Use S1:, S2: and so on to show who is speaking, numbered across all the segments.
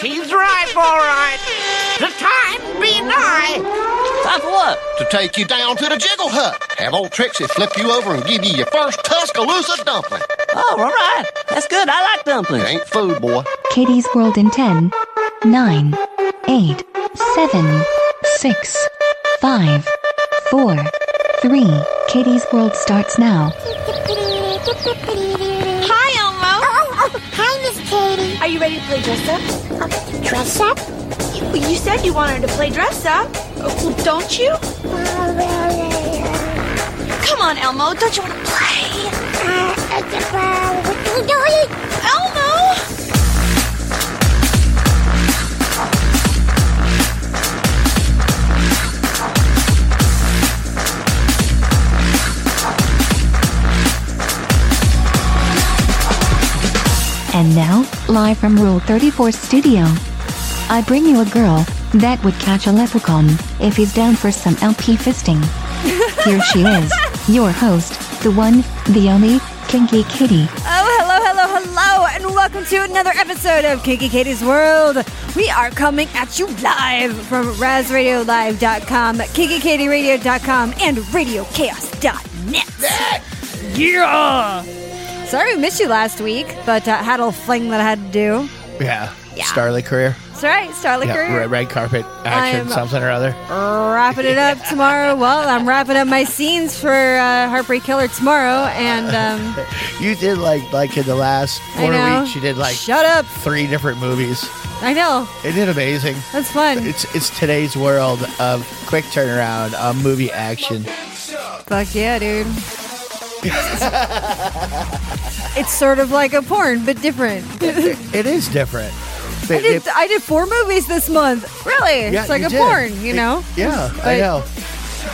S1: He's right, all right. The time be nigh.
S2: Time for what?
S3: to take you down to the jiggle hut. Have old Trixie flip you over and give you your first Tuscaloosa dumpling.
S2: Oh, all right. That's good. I like dumplings.
S3: Ain't food, boy.
S4: Katie's World in 10, 9, 8, 7, 6, 5, 4, 3. Katie's World starts now.
S5: Hi,
S6: Hi, Elmo.
S5: Oh, oh, hi, Miss Katie.
S6: Are you ready to play dress up?
S5: Dress up?
S6: You, you said you wanted to play dress up. Uh, Well, don't you?
S5: Oh, well, uh,
S6: Come on, Elmo. Don't you want to play?
S5: uh, it's about what you doing?
S6: Elmo!
S4: And now, live from Rule 34 Studio, I bring you a girl that would catch a leprechaun if he's down for some LP fisting. Here she is, your host, the one, the only, Kinky Kitty.
S7: Oh, hello, hello, hello, and welcome to another episode of Kinky Katie's World. We are coming at you live from RazRadioLive.com, KinkyKatieRadio.com, and RadioChaos.net.
S1: Yeah.
S7: Sorry we missed you last week, but uh, had a little fling that I had to do.
S8: Yeah. Starly career.
S7: It's all right, Starlicker.
S8: Yeah. Red, red carpet action,
S7: I'm-
S8: something or other.
S7: Wrapping it up tomorrow. Well, I'm wrapping up my scenes for uh, Heartbreak Killer tomorrow, and um,
S8: You did like like in the last
S7: I
S8: four
S7: know.
S8: weeks. You did like
S7: shut up.
S8: three different movies.
S7: I know
S8: It did amazing.
S7: that's fun.
S8: It's it's today's world of quick turnaround on movie action.
S7: Fuck yeah, dude. it's sort of like a porn, but different.
S8: It is different. They-
S7: I did,
S8: they-
S7: I did four movies this month. Really?
S8: yeah,
S7: it's like
S8: you
S7: a
S8: did.
S7: porn, you
S8: It-
S7: know?
S8: yeah,
S7: But-
S8: I know.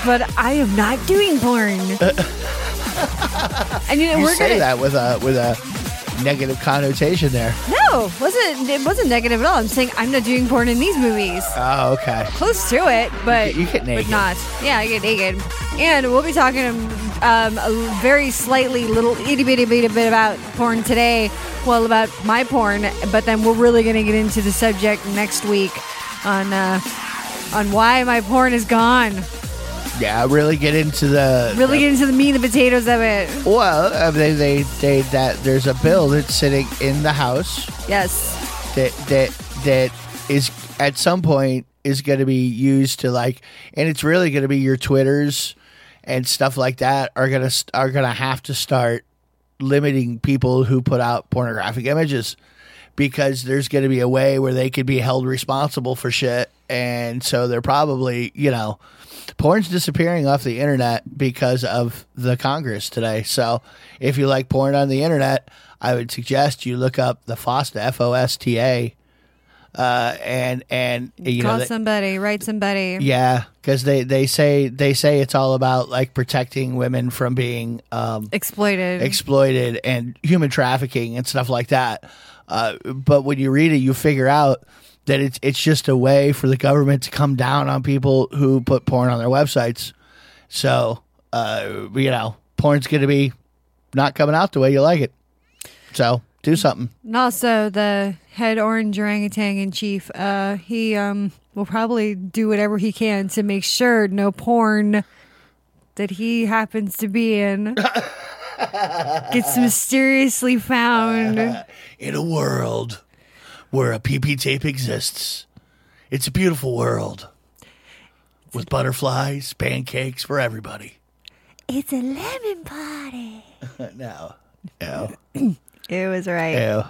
S7: But I am not doing porn. and you know,
S8: You
S7: we're
S8: say
S7: gonna
S8: that with a with a negative connotation there.
S7: No, wasn't it wasn't negative at all. I'm saying I'm not doing porn in these movies.
S8: Oh, okay.
S7: Close to it, but
S8: You get naked.
S7: but not. Yeah, I get naked. And we'll be talking um, a very slightly little itty bitty bitty bit about porn today. Well, about my porn, but then we're really going to get into the subject next week on uh, on why my porn is gone.
S8: Yeah, really get into the
S7: Really get into the meat and the potatoes of it.
S8: Well, uh, they, they they that there's a bill that's sitting in the house
S7: Yes,
S8: that that that is at some point is going to be used to like, and it's really going to be your twitters and stuff like that are gonna st- are gonna have to start limiting people who put out pornographic images because there's going to be a way where they could be held responsible for shit and so they're probably you know porn's disappearing off the internet because of the congress today so if you like porn on the internet i would suggest you look up the fosta f-o-s-t-a uh, and and you know
S7: call
S8: that-
S7: somebody, write somebody.
S8: yeah because they they say they say it's all about like protecting women from being um
S7: Exploited.
S8: exploited and human trafficking and stuff like that. Uh, but when you read it, you figure out that it's it's just a way for the government to come down on people who put porn on their websites. So uh, you know, porn's going to be not coming out the way you like it. So do something.
S7: And also the head orange orangutan in chief, uh, he um, will probably do whatever he can to make sure no porn that he happens to be in gets mysteriously found.
S8: In a world where a PP tape exists, it's a beautiful world with butterflies, pancakes for everybody.
S5: It's a lemon party.
S8: Uh, No, no.
S7: It was right.
S8: Ew.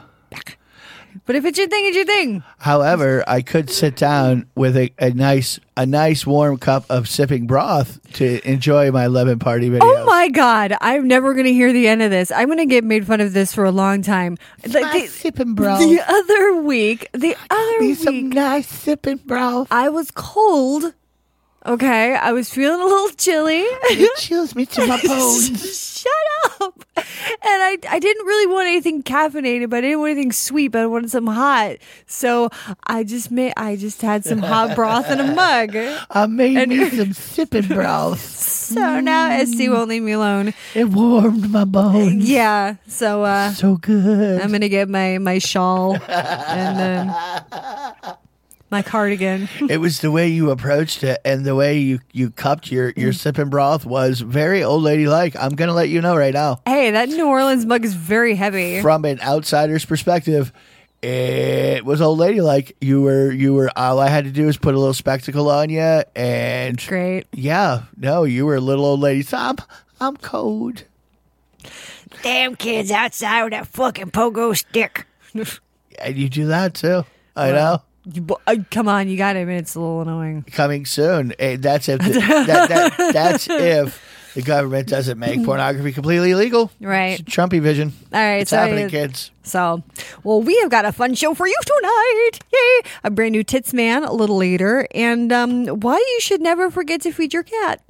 S7: But if it's your thing, it's your thing.
S8: However, I could sit down with a, a nice a nice warm cup of sipping broth to enjoy my lemon party video.
S7: Oh my god, I'm never gonna hear the end of this. I'm gonna get made fun of this for a long time. Like
S8: Nice
S7: the,
S8: sipping broth.
S7: the other week, the other
S8: Need
S7: week,
S8: some nice sipping broth.
S7: I was cold. Okay, I was feeling a little chilly.
S8: It chills me to my bones.
S7: Shut up! And I, I didn't really want anything caffeinated, but I didn't want anything sweet, but I wanted something hot. So I just made, I just had some hot broth in a mug.
S8: I made
S7: And-
S8: me some sipping broth.
S7: So now SC won't leave me alone.
S8: It warmed my bones.
S7: Yeah. So uh,
S8: So good.
S7: I'm gonna get my my shawl and then my cardigan.
S8: It was the way you approached it and the way you, you cupped your,
S7: Mm.
S8: your sipping broth was very old lady like. I'm going to let you know right now.
S7: Hey, that New Orleans mug is very heavy.
S8: From an outsider's perspective, it was old lady like. You were, you were, all I had to do was put a little spectacle on you and
S7: Great.
S8: yeah, no, you were a little old lady. So I'm, I'm cold.
S6: Damn kids outside with that fucking pogo stick.
S8: And you do that too. I know.
S7: You, bo- uh, come on, you got it. Man, it's a little annoying.
S8: coming soon. Eh, That's if the, that, that, that's if the government doesn't make pornography completely illegal.
S7: Mm-hmm. Right.
S8: It's Trumpy vision.
S7: All right,
S8: it's
S7: so
S8: happening,
S7: it-
S8: kids.
S7: So, well, we have got a fun show for you tonight. Yay! A brand new Tits Man a little later, and um, why you should never forget to feed your cat.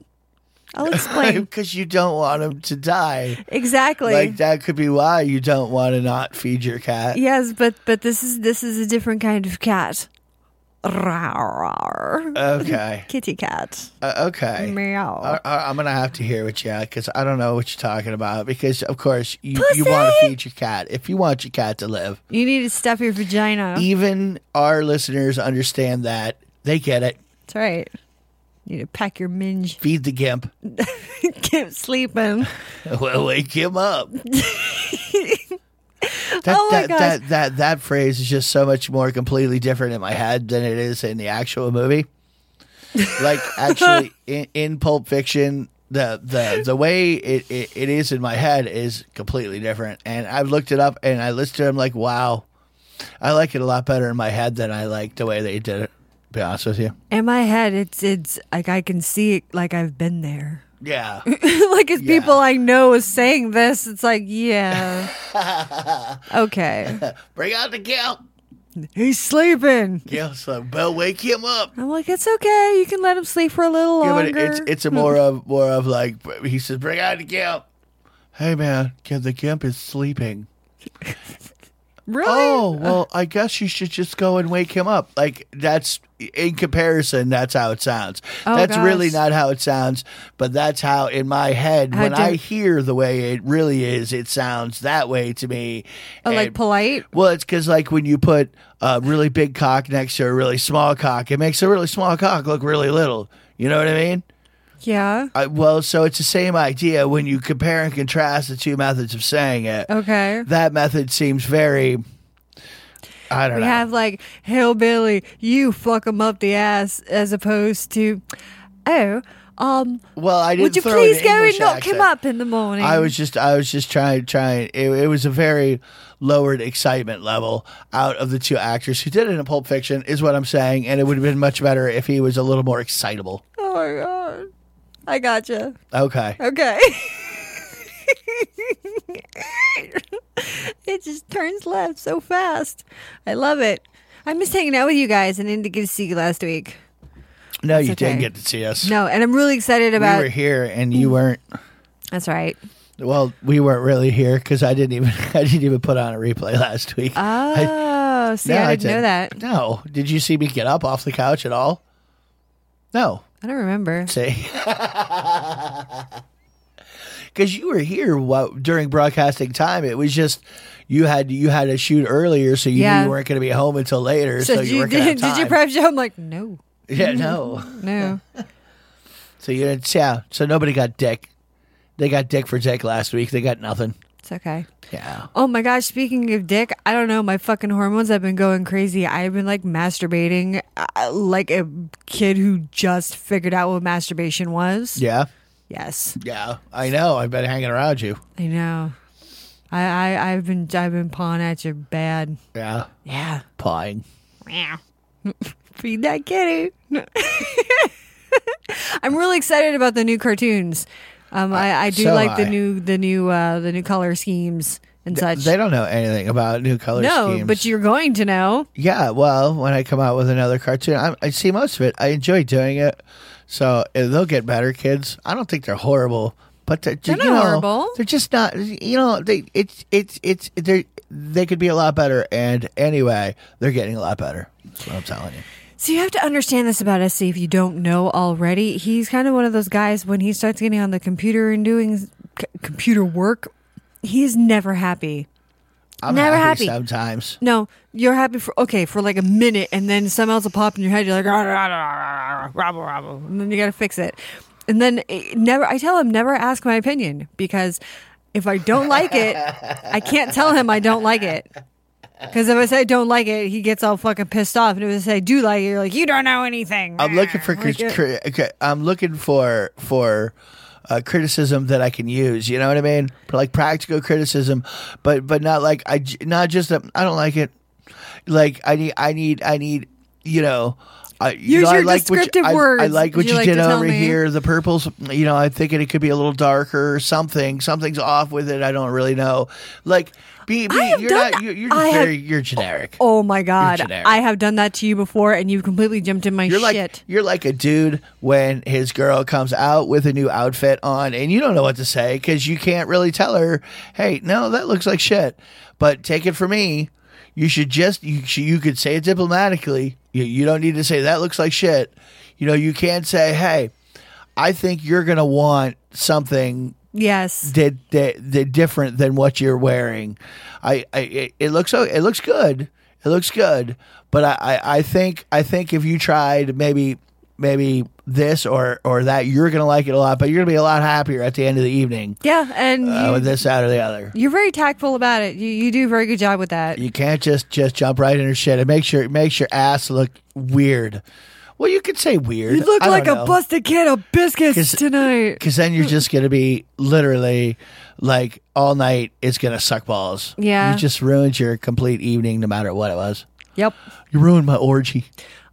S7: I'll explain
S8: Because you don't want him to die.
S7: exactly.
S8: Like that could be why you don't want to not feed your cat.
S7: Yes, but but this is this is a different kind of cat. Rawr,
S8: Okay.
S7: kitty cat.
S8: Uh, okay.
S7: Meow.
S8: I, am gonna have to hear what you because I don't know what you're talking about. Because of course you,
S7: Pussy!
S8: you want to feed your cat if you want your cat to live.
S7: You need to stuff your vagina.
S8: e- Even our listeners understand that they get it.
S7: That's right. You need to pack your minge.
S8: Feed the gimp.
S7: Keep sleeping.
S8: Well, wake him up. that,
S7: Oh my
S8: that,
S7: gosh.
S8: that that that phrase is just so much more completely different in my head than it is in the actual movie. Like actually in, in Pulp Fiction, the the the way it, it, it is in my head is completely different. And I've looked it up and I listened to it, I'm like, wow. I like it a lot better in my head than I like the way they did it, to be honest with you.
S7: In my head, it's it's like I can see it, like I've been there.
S8: Yeah.
S7: like it's
S8: Yeah.
S7: people I know is saying this. It's like, yeah, okay,
S8: Bring out the gimp.
S7: he's sleeping.
S8: Yeah, so Bell wake him up.
S7: I'm like, it's okay. You can let him sleep for a little
S8: Yeah,
S7: longer.
S8: but it's it's a more of more of like he says, bring out the gimp. Hey man, kid, the gimp is sleeping.
S7: really.
S8: Oh well, I guess you should just go and wake him up. Like that's in comparison, that's how it sounds.
S7: Oh,
S8: that's
S7: gosh.
S8: really not how it sounds, but that's how in my head
S7: How
S8: when I
S7: did-
S8: hear the way it really is, it sounds that way to me.
S7: Oh, like
S8: And-
S7: polite.
S8: well, it's because like when you put a really big cock next to a really small cock, it makes a really small cock look really little. You know what I mean?
S7: Yeah.
S8: I, well, so it's the same idea when you compare and contrast the two methods of saying it.
S7: Okay.
S8: That method seems very. I don't
S7: We
S8: know.
S7: have like hillbilly, you fuck him up the ass, as opposed to, oh, um,
S8: well, I didn't.
S7: would you
S8: throw
S7: please
S8: an
S7: go
S8: English
S7: and knock him
S8: accent.
S7: up in the morning?
S8: I was just, I was just trying, trying. It, it was a very lowered excitement level out of the two actors who did it in Pulp Fiction, is what I'm saying. And it would have been much better if he was a little more excitable.
S7: Oh my god. I gotcha.
S8: Okay.
S7: Okay. it just turns left so fast. I love it. I missed hanging out with you guys and didn't get to see you last week.
S8: No, you
S7: okay.
S8: didn't get to see us.
S7: No, and I'm really excited
S8: we
S7: about.
S8: were here and you weren't.
S7: That's right.
S8: Well, we weren't really here because I didn't even I didn't even put on a replay last week. I,
S7: Oh, see,
S8: no,
S7: I didn't know that.
S8: No, did you see me get up off the couch at all? No,
S7: I don't remember.
S8: see, because you were here while, during broadcasting time. It was just you had you had a shoot earlier, so you
S7: Yeah.
S8: knew you weren't going to be home until later. So,
S7: So,
S8: you,
S7: you
S8: weren't going to have
S7: did,
S8: time.
S7: did you prep show? I'm like, no,
S8: Yeah, no.
S7: no.
S8: So you didn't. Yeah. So nobody got dick. They got dick for dick last week. They got nothing.
S7: It's okay.
S8: Yeah.
S7: Oh my gosh, speaking of dick, I don't know. My fucking hormones have been going crazy. I've been like masturbating uh, like a kid who just figured out what masturbation was.
S8: Yeah.
S7: Yes,
S8: Yeah. I know. I've been hanging around you.
S7: I know. I, I I've been I've been pawing at you bad.
S8: Yeah,
S7: Yeah.
S8: pawing.
S7: Feed that kitty. I'm really excited about the new cartoons. Um, I, I do
S8: so
S7: like the
S8: I.
S7: new the new uh, the new color schemes and such.
S8: They don't know anything about new color
S7: no,
S8: schemes.
S7: but you're going to know.
S8: Yeah, well, when I come out with another cartoon, I, I see most of it. I enjoy doing it, so eh, they'll get better, kids. I don't think they're horrible, but they're,
S7: They're
S8: you
S7: not
S8: know,
S7: horrible.
S8: They're just not. You know, they it's it's it's they they could be a lot better. And anyway, they're getting a lot better. That's what I'm telling you.
S7: So you have to understand this about SC if you don't know already. He's kind of one of those guys when he starts getting on the computer and doing c- computer work, he's never happy.
S8: I'm
S7: Never happy.
S8: sometimes.
S7: No, you're happy for okay for like a minute, and then something else will pop in your head. You're like, "Ah, ah, ah, ah, ah, rabble, rabble," and then you got to fix it. And then it never, I tell him never ask my opinion because if I don't like it, I can't tell him I don't like it. Because if I say I don't like it, he gets all fucking pissed off. And if I say I do like it, you're like, you don't know anything.
S8: I'm looking for
S7: Like
S8: cri-
S7: it-
S8: cri- okay, I'm looking for for uh, criticism that I can use. You know what I mean? Like practical criticism, but but not like I j- not just I I don't like it. Like I need I need I need you know. I, you
S7: Use
S8: know, I
S7: your
S8: like what you-
S7: descriptive
S8: I- I,
S7: words.
S8: like what
S7: Would
S8: you,
S7: you like
S8: did
S7: to tell
S8: over
S7: me?
S8: here. The purples, you know, I'm thinking it could be a little darker or something. Something's off with it. I don't really know. Like, be, be
S7: I have
S8: you're
S7: done
S8: not,
S7: that.
S8: you're, you're just
S7: I have-
S8: very, you're generic.
S7: Oh my god,
S8: generic.
S7: I have done that to you before, and you've completely jumped in my
S8: You're like
S7: shit.
S8: you're like a dude when his girl comes out with a new outfit on, and you don't know what to say because you can't really tell her, "Hey, no, that looks like shit." But take it from me, you should just you sh- you could say it diplomatically. You, you don't need to say that looks like shit. You know, you can say, "Hey, I think you're gonna want something
S7: yes,
S8: that that that different than what you're wearing. I, I it, it looks o- it looks good. It looks good. But I, I, I think I think if you tried maybe maybe this or or that, you're gonna like it a lot. But you're gonna be a lot happier at the end of the evening
S7: yeah, and
S8: uh,
S7: you-
S8: with this, that, or the other.
S7: You're very tactful about it. You you do a very good job with that.
S8: You can't just just jump right in her shit. It makes your it makes your ass look weird. Well, you could say weird.
S7: You look
S8: I don't
S7: like
S8: know.
S7: a busted kid of biscuits
S8: 'Cause-
S7: tonight.
S8: Because then you're just going to be literally like all night, it's going to suck balls.
S7: Yeah.
S8: You just ruined your complete evening, no matter what it was.
S7: Yep.
S8: You ruined my orgy.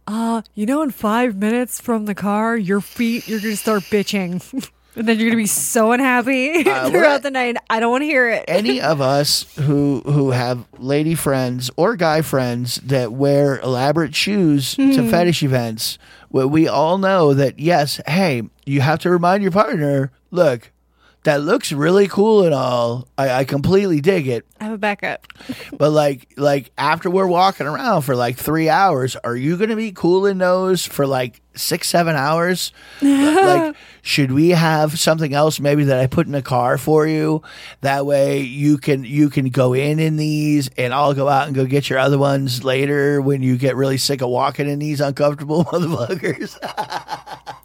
S7: Uh, you know, in five minutes from the car, your feet, you're going to start bitching. and then you're going to be so unhappy
S8: what?
S7: throughout the night. I don't want to hear it.
S8: Any of us who who have lady friends or guy friends that wear elaborate shoes to
S7: Hmm.
S8: fetish events, well, we all know that yes, hey, you have to remind your partner, look, that looks really cool and all. I, I completely dig it.
S7: I have a backup.
S8: But like like after we're walking around for like three hours, are you gonna be cooling those for like six, seven hours? like should we have something else maybe that I put in the car for you? That way you can you can go in in these and I'll go out and go get your other ones later when you get really sick of walking in these uncomfortable motherfuckers.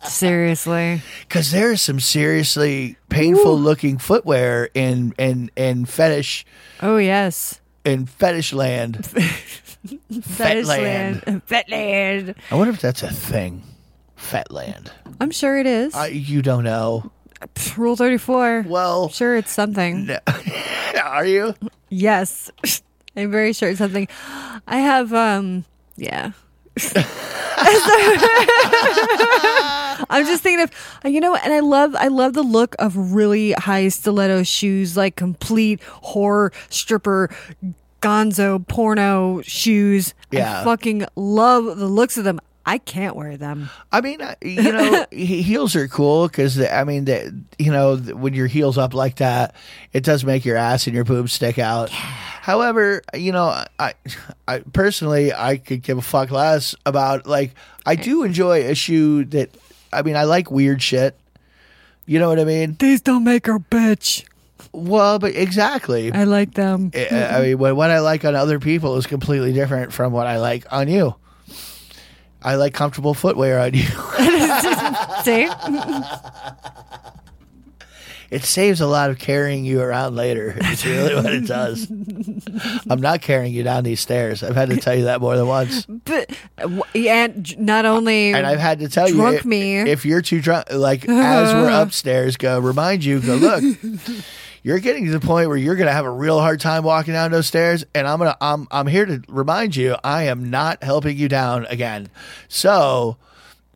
S7: Seriously.
S8: Cause there's some seriously painful looking footwear in in in fetish
S7: Oh, yes.
S8: in fetish land. Fetland.
S7: Fetishland. Fetland.
S8: I wonder if that's a thing. Fetland.
S7: I'm sure it is.
S8: I, you don't know.
S7: Pff, Rule 34.
S8: Well,
S7: sure it's something.
S8: are you?
S7: Yes. I'm very sure it's something. I have um yeah. I'm just thinking of you know, and I love I love the look of really high stiletto shoes, like complete horror stripper gonzo porno shoes.
S8: Yeah.
S7: I fucking love the looks of them. I can't wear them.
S8: I mean, I- you know, he- heels are cool because I mean, the, you know, th- when your heels up like that, it does make your ass and your boobs stick out. However, you know, I, I personally, I could give a fuck less about like I do enjoy a shoe that I mean, I like weird shit. You know what I mean?
S7: These don't make her bitch.
S8: Well, but exactly.
S7: I like them.
S8: I I mean, what, what I like on other people is completely different from what I like on you. I like comfortable footwear on you.
S7: See?
S8: It saves a lot of carrying you around later. It's really what it does. I'm not carrying you down these stairs. I've had to tell you that more than once,
S7: But w- and j- not only
S8: and I've had to tell you,
S7: Drunk
S8: if,
S7: me.
S8: if you're too drunk. Like as we're upstairs, go remind you. Go look. you're getting to the point where you're gonna have a real hard time walking down those stairs, and I'm gonna I'm I'm here to remind you I am not helping you down again. So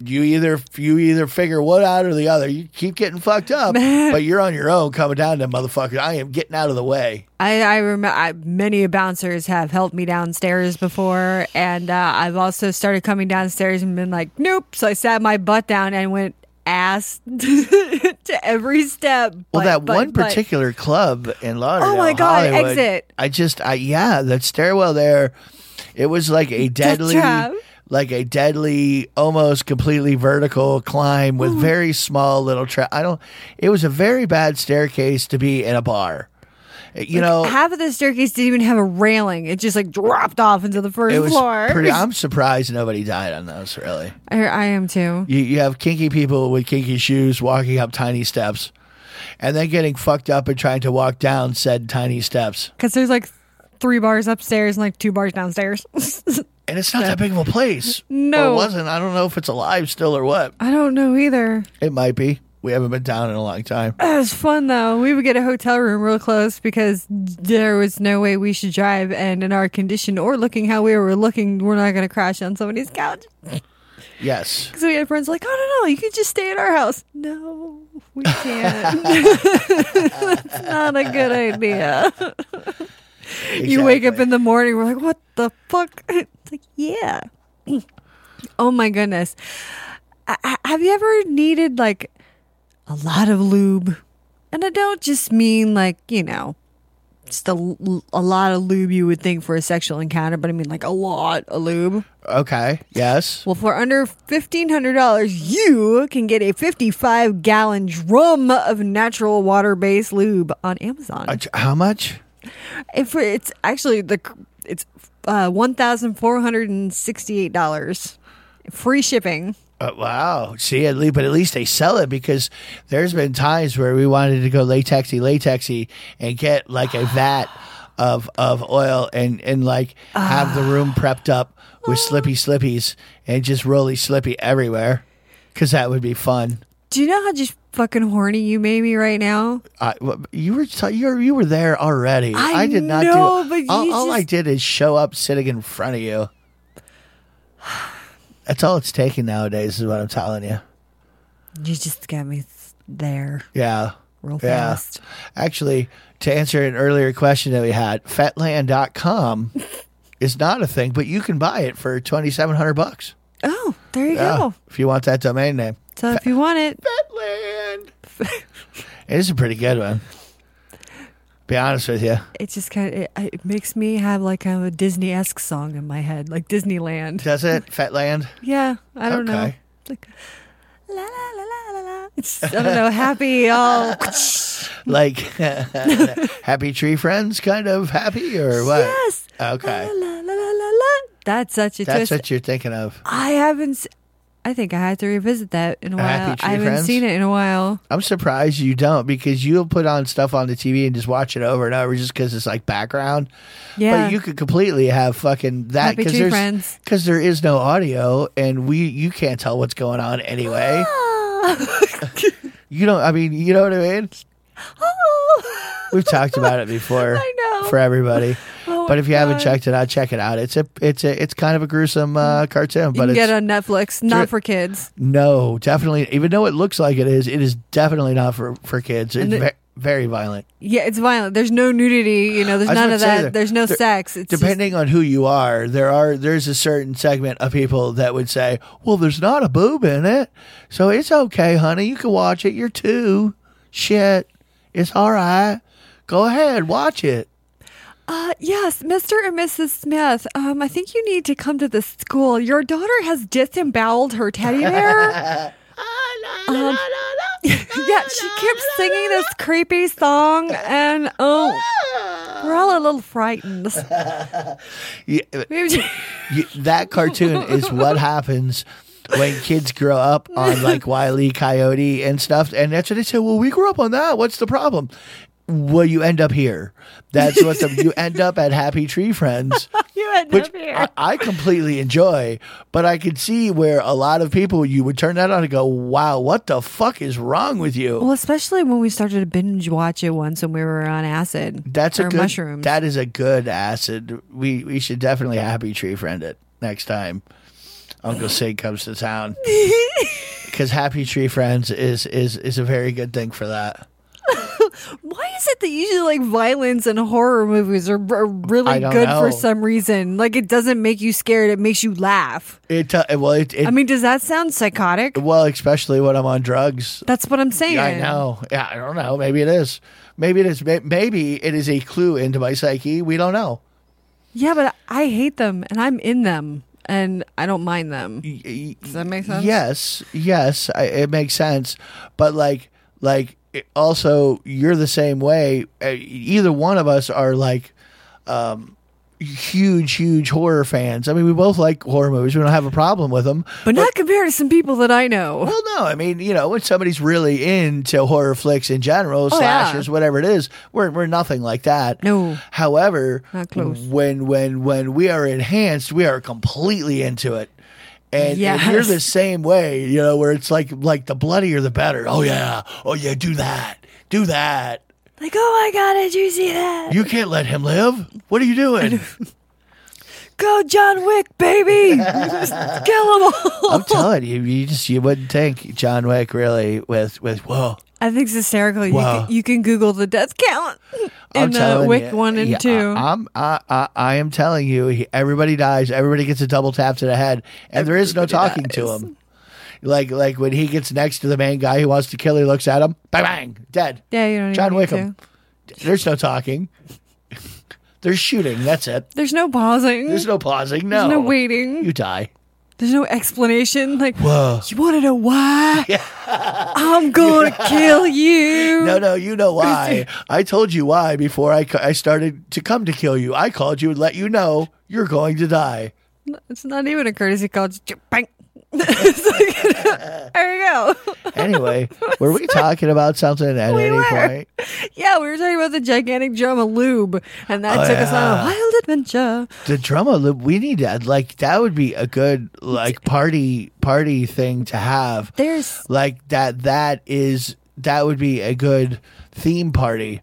S8: you either you either figure one out or the other. You keep getting fucked up, but you're on your own coming down to motherfucker. I am getting out of the way.
S7: I, I remember I, many bouncers have helped me downstairs before, and uh, I've also started coming downstairs and been like, nope. So I sat my butt down and went ass to every step.
S8: Well,
S7: butt,
S8: that
S7: butt,
S8: one
S7: butt.
S8: particular club in Lauderdale.
S7: Oh my God,
S8: Hollywood,
S7: exit.
S8: I just, I yeah, that stairwell there. It was like a deadly,
S7: trap.
S8: like a deadly, almost completely vertical climb with
S7: Mm.
S8: very small little trap. I don't. It was a very bad staircase to be in a bar. Eh, You know,
S7: Half of the staircase didn't even have a railing. It just like dropped off into the first
S8: it was
S7: floor.
S8: pretty. I'm surprised nobody died on those. Really,
S7: I, I am too.
S8: you, you have kinky people with kinky shoes walking up tiny steps, and then getting fucked up and trying to walk down said tiny steps.
S7: Because there's like three bars upstairs and like two bars downstairs.
S8: And it's not that big of a place.
S7: No.
S8: Or it wasn't. I don't know if it's alive still or what.
S7: I don't know either.
S8: It might be. We haven't been down in a long time.
S7: It was fun though. We would get a hotel room real close because there was no way we should drive, and in our condition or looking how we were looking, we're not going to crash on somebody's couch.
S8: Yes.
S7: Because we had friends like, oh no, no, you can just stay at our house. No, we can't. That's not a good idea. You wake up in the morning, we're like, what the fuck? It's like, yeah. oh my goodness. I- I- have you ever needed like a lot of lube? And I don't just mean like, you know, just a, l- a lot of lube you would think for a sexual encounter, but I mean like a lot of lube.
S8: Okay. Yes.
S7: Well, for under $1,500, you can get a 55 gallon drum of natural water based lube on Amazon.
S8: Uh, How much?
S7: If it's actually the it's uh, one thousand four hundred and sixty eight dollars, free shipping.
S8: Uh, wow. See, at least, but at least they sell it because there's been times where we wanted to go latexy, latexy, and get like a vat of of oil and and like have the room prepped up with slippy slippies and just roly slippy everywhere because that would be fun.
S7: Do you know how just fucking horny you made me right now?
S8: I, you were t- you were, you were there already.
S7: I
S8: I, did not
S7: know,
S8: do.
S7: but
S8: all,
S7: you
S8: all I
S7: just-
S8: did is show up sitting in front of you. That's all it's taking nowadays, is what I'm telling you.
S7: You just got me s- there
S8: Yeah,
S7: real
S8: yeah.
S7: fast.
S8: Actually, to answer an earlier question that we had, Fatland.com is not a thing, but you can buy it for twenty seven hundred bucks.
S7: Oh, there you
S8: Yeah,
S7: go.
S8: if you want that domain name,
S7: So if you want it,
S8: Fatland. it is a pretty good one. Be honest with you.
S7: it just kind of it, it makes me have like kind of a Disney esque song in my head, like Disneyland.
S8: Does it, Fatland?
S7: Yeah, I don't know.
S8: Okay.
S7: Like, la la la la la la. It's, I don't know. Happy all.
S8: like happy tree friends kind of happy or what?
S7: Yes.
S8: Okay.
S7: La, la, la, la, la, la. That's such a
S8: That's
S7: twist.
S8: what you're thinking of.
S7: I haven't. s- I think I had to revisit that in a while.
S8: Happy Tree
S7: I haven't
S8: Friends?
S7: seen it in a while.
S8: I'm surprised you don't because you'll put on stuff on the TV and just watch it over and over just because it's like background.
S7: Yeah.
S8: But you could completely have fucking that
S7: Happy
S8: because
S7: Tree
S8: there's
S7: Friends.
S8: because there is no audio and we you can't tell what's going on anyway. you don't. I mean, you know what I mean. We've talked about it before.
S7: I know.
S8: for everybody.
S7: Oh
S8: but
S7: my
S8: if you haven't
S7: God.
S8: checked it out, check it out. It's a it's a it's kind of a gruesome uh, cartoon,
S7: Mm. you
S8: but
S7: can
S8: it's
S7: get it on Netflix, not
S8: Dri-
S7: for kids.
S8: no, definitely. Even though it looks like it is, it is definitely not for for kids. It's
S7: the-
S8: ve- very violent.
S7: Yeah, it's violent. There's no nudity. You know, there's
S8: I was
S7: none
S8: about
S7: of
S8: to say
S7: that.
S8: there-
S7: there's no
S8: there-
S7: sex. It's just-
S8: Depending on who you are, there are there's a certain segment of people that would say, "Well, there's not a boob in it, so it's okay, honey. You can watch it. You're two. Shit, it's all right. Go ahead, watch it."
S7: uh, yes, Mr. and Mrs. Smith. Um, I think you need to come to the school. Your daughter has disemboweled her teddy bear. Um, yeah, she kept singing this creepy song, and oh, we're all a little frightened.
S8: Yeah,
S7: We were just-
S8: you, that cartoon is what happens when kids grow up on like Wiley e. Coyote and stuff, and that's what they say. Well, we grew up on that. What's the problem? Well, you end up here. That's what the, you end up at Happy Tree Friends.
S6: you end
S8: which
S6: up here.
S8: I, I completely enjoy, but I could see where a lot of people you would turn that on and go, "Wow, what the fuck is wrong with you?"
S7: Well, especially when we started to binge watch it once when we were on acid.
S8: That's
S7: or
S8: a good.
S7: mushrooms.
S8: That is a good acid. We we should definitely happy tree friend it next time Uncle Sid comes to town. Because happy tree friends is is is a very good thing for that.
S7: Why is it that usually like violence and horror movies are, are really
S8: I don't
S7: good
S8: know.
S7: for some reason? Like it doesn't make you scared; it makes you laugh.
S8: It uh, well it, it
S7: I mean, does that sound psychotic?
S8: well especially when I'm on drugs.
S7: That's what I'm saying.
S8: Yeah, I know. Yeah, I don't know. Maybe it is. Maybe it is. May- Maybe it is a clue into my psyche. We don't know.
S7: Yeah, but I hate them, and I'm in them, and I don't mind them.
S8: Y- y-
S7: Does that make sense?
S8: Yes, yes, I, it makes sense. But like, like, it- also, you're the same way. Uh, Either one of us are like, um, huge, huge horror fans. I mean, we both like horror movies. We don't have a problem with them.
S7: but not compared to some people that I know.
S8: Well, no, I mean, you know, when somebody's really into horror flicks in general,
S7: Oh, yeah.
S8: slashers, whatever it is, we're we're nothing like that.
S7: No.
S8: However,
S7: Not close.
S8: when when when we are enhanced, we are completely into it. And, and you're
S7: Yes.
S8: the same way, you know, where it's like like the bloodier the better. Oh yeah. Oh yeah, do that. Do that.
S7: Like, oh my god, did you see that?
S8: You can't let him live. What are you doing?
S7: Go, John Wick, baby! Kill them all.
S8: I'm telling you, you just you wouldn't think John Wick really with with whoa.
S7: I think it's hysterical. You,
S8: Wow.
S7: can, you can Google the death count in
S8: I'm
S7: uh,
S8: telling
S7: Wick
S8: you,
S7: one and
S8: yeah,
S7: two.
S8: I, am I, I, I am telling you, he, everybody dies. Everybody gets a double tap to the head, and there is no talking to him. Like like when he gets next to the main guy who wants to kill, he looks at him, bang bang, dead.
S7: yeah, you don't
S8: John
S7: even need
S8: Wickham.
S7: to.
S8: There's no talking. There's shooting. That's it.
S7: There's no pausing.
S8: There's no pausing. No.
S7: There's no waiting.
S8: You die.
S7: There's no explanation. Like,
S8: Whoa.
S7: you want to know why? I'm going to kill you.
S8: No, no, you know why. I told you why before I, ca- I started to come to kill you. I called you and let you know you're going to die.
S7: It's not even a courtesy call. Just ch- bang. It's like- there you go.
S8: Anyway, were we talking about something at any
S7: were.
S8: point?
S7: Yeah, we were talking about the gigantic drum of lube, and that
S8: Oh,
S7: took us on
S8: yeah.
S7: a wild adventure.
S8: The drama loop. We need that. Like that would be a good like party party thing to have.
S7: There's
S8: like that. That is that would be a good theme party.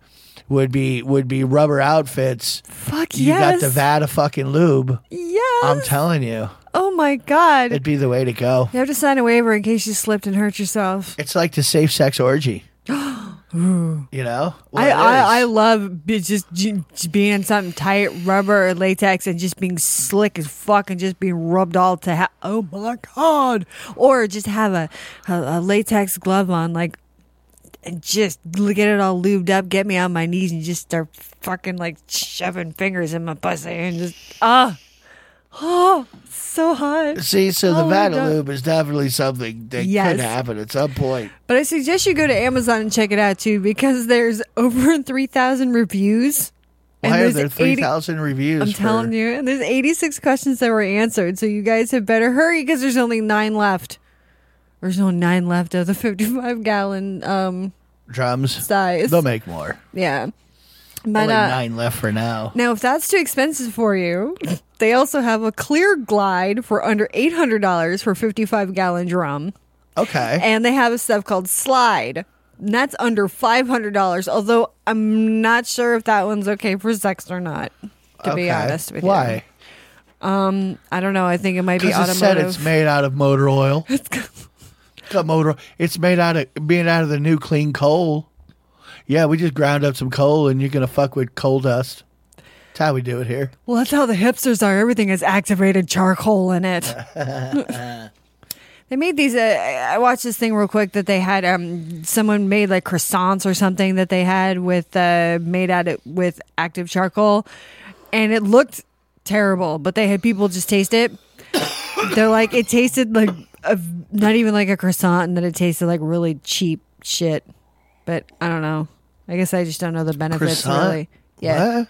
S8: Would be would be rubber outfits.
S7: fuck
S8: You
S7: yes,
S8: got the Um, vat of fucking lube.
S7: yes.
S8: I'm telling you,
S7: oh my god,
S8: it'd be the way to go.
S7: you have to sign a waiver in case you slipped and hurt yourself.
S8: It's like the safe sex orgy. you know, Well,
S7: I,
S8: it
S7: I I
S8: is.
S7: love be- just, j- j- being in something tight, rubber or latex, and just being slick as fuck, and just being rubbed all to ha- oh my god, or just have a, a a latex glove on, like, and just l- get it all lubed up, get me on my knees, and just start fucking like shoving fingers in my pussy, and just ah, oh, so hot.
S8: See, so the
S7: Oh my
S8: vat
S7: God.
S8: of lube is definitely something that
S7: Yes.
S8: could happen at some point.
S7: But I suggest you go to Amazon and check it out too, because there's over three thousand reviews. and
S8: Why are
S7: there's
S8: there
S7: 80
S8: 3,000 reviews?
S7: I'm telling you, and there's 86 questions that were answered, so you guys had better hurry because there's only nine left. There's only nine left of the 55 gallon um
S8: Drums.
S7: size.
S8: They'll make more.
S7: yeah,
S8: Only
S7: but uh,
S8: nine left for now.
S7: now if that's too expensive for you, they also have a clear glide for under $800 for 55 gallon drum,
S8: Okay.
S7: and they have a stuff called slide. And that's under five hundred dollars. Although I'm not sure if that one's okay for sex or not. To be
S8: Okay.
S7: honest with you,
S8: Why?
S7: I don't know. I think it might be
S8: Because
S7: automotive.
S8: it said it's made out of motor oil. It's got motor. It's made out of being out of the new clean coal. Yeah, we just ground up some coal, and you're gonna fuck with coal dust. That's how we do it here.
S7: Well, that's how the hipsters are. Everything has activated charcoal in it. they made these. Uh, I watched this thing real quick that they had. Um, someone made like croissants or something that they had with uh, made out of with active charcoal, and it looked terrible. But they had people just taste it. They're like it tasted like a, not even like a croissant, and then it tasted like really cheap shit. But I don't know. I guess I just don't know the benefits
S8: Croissant?
S7: really. Yeah.
S8: What?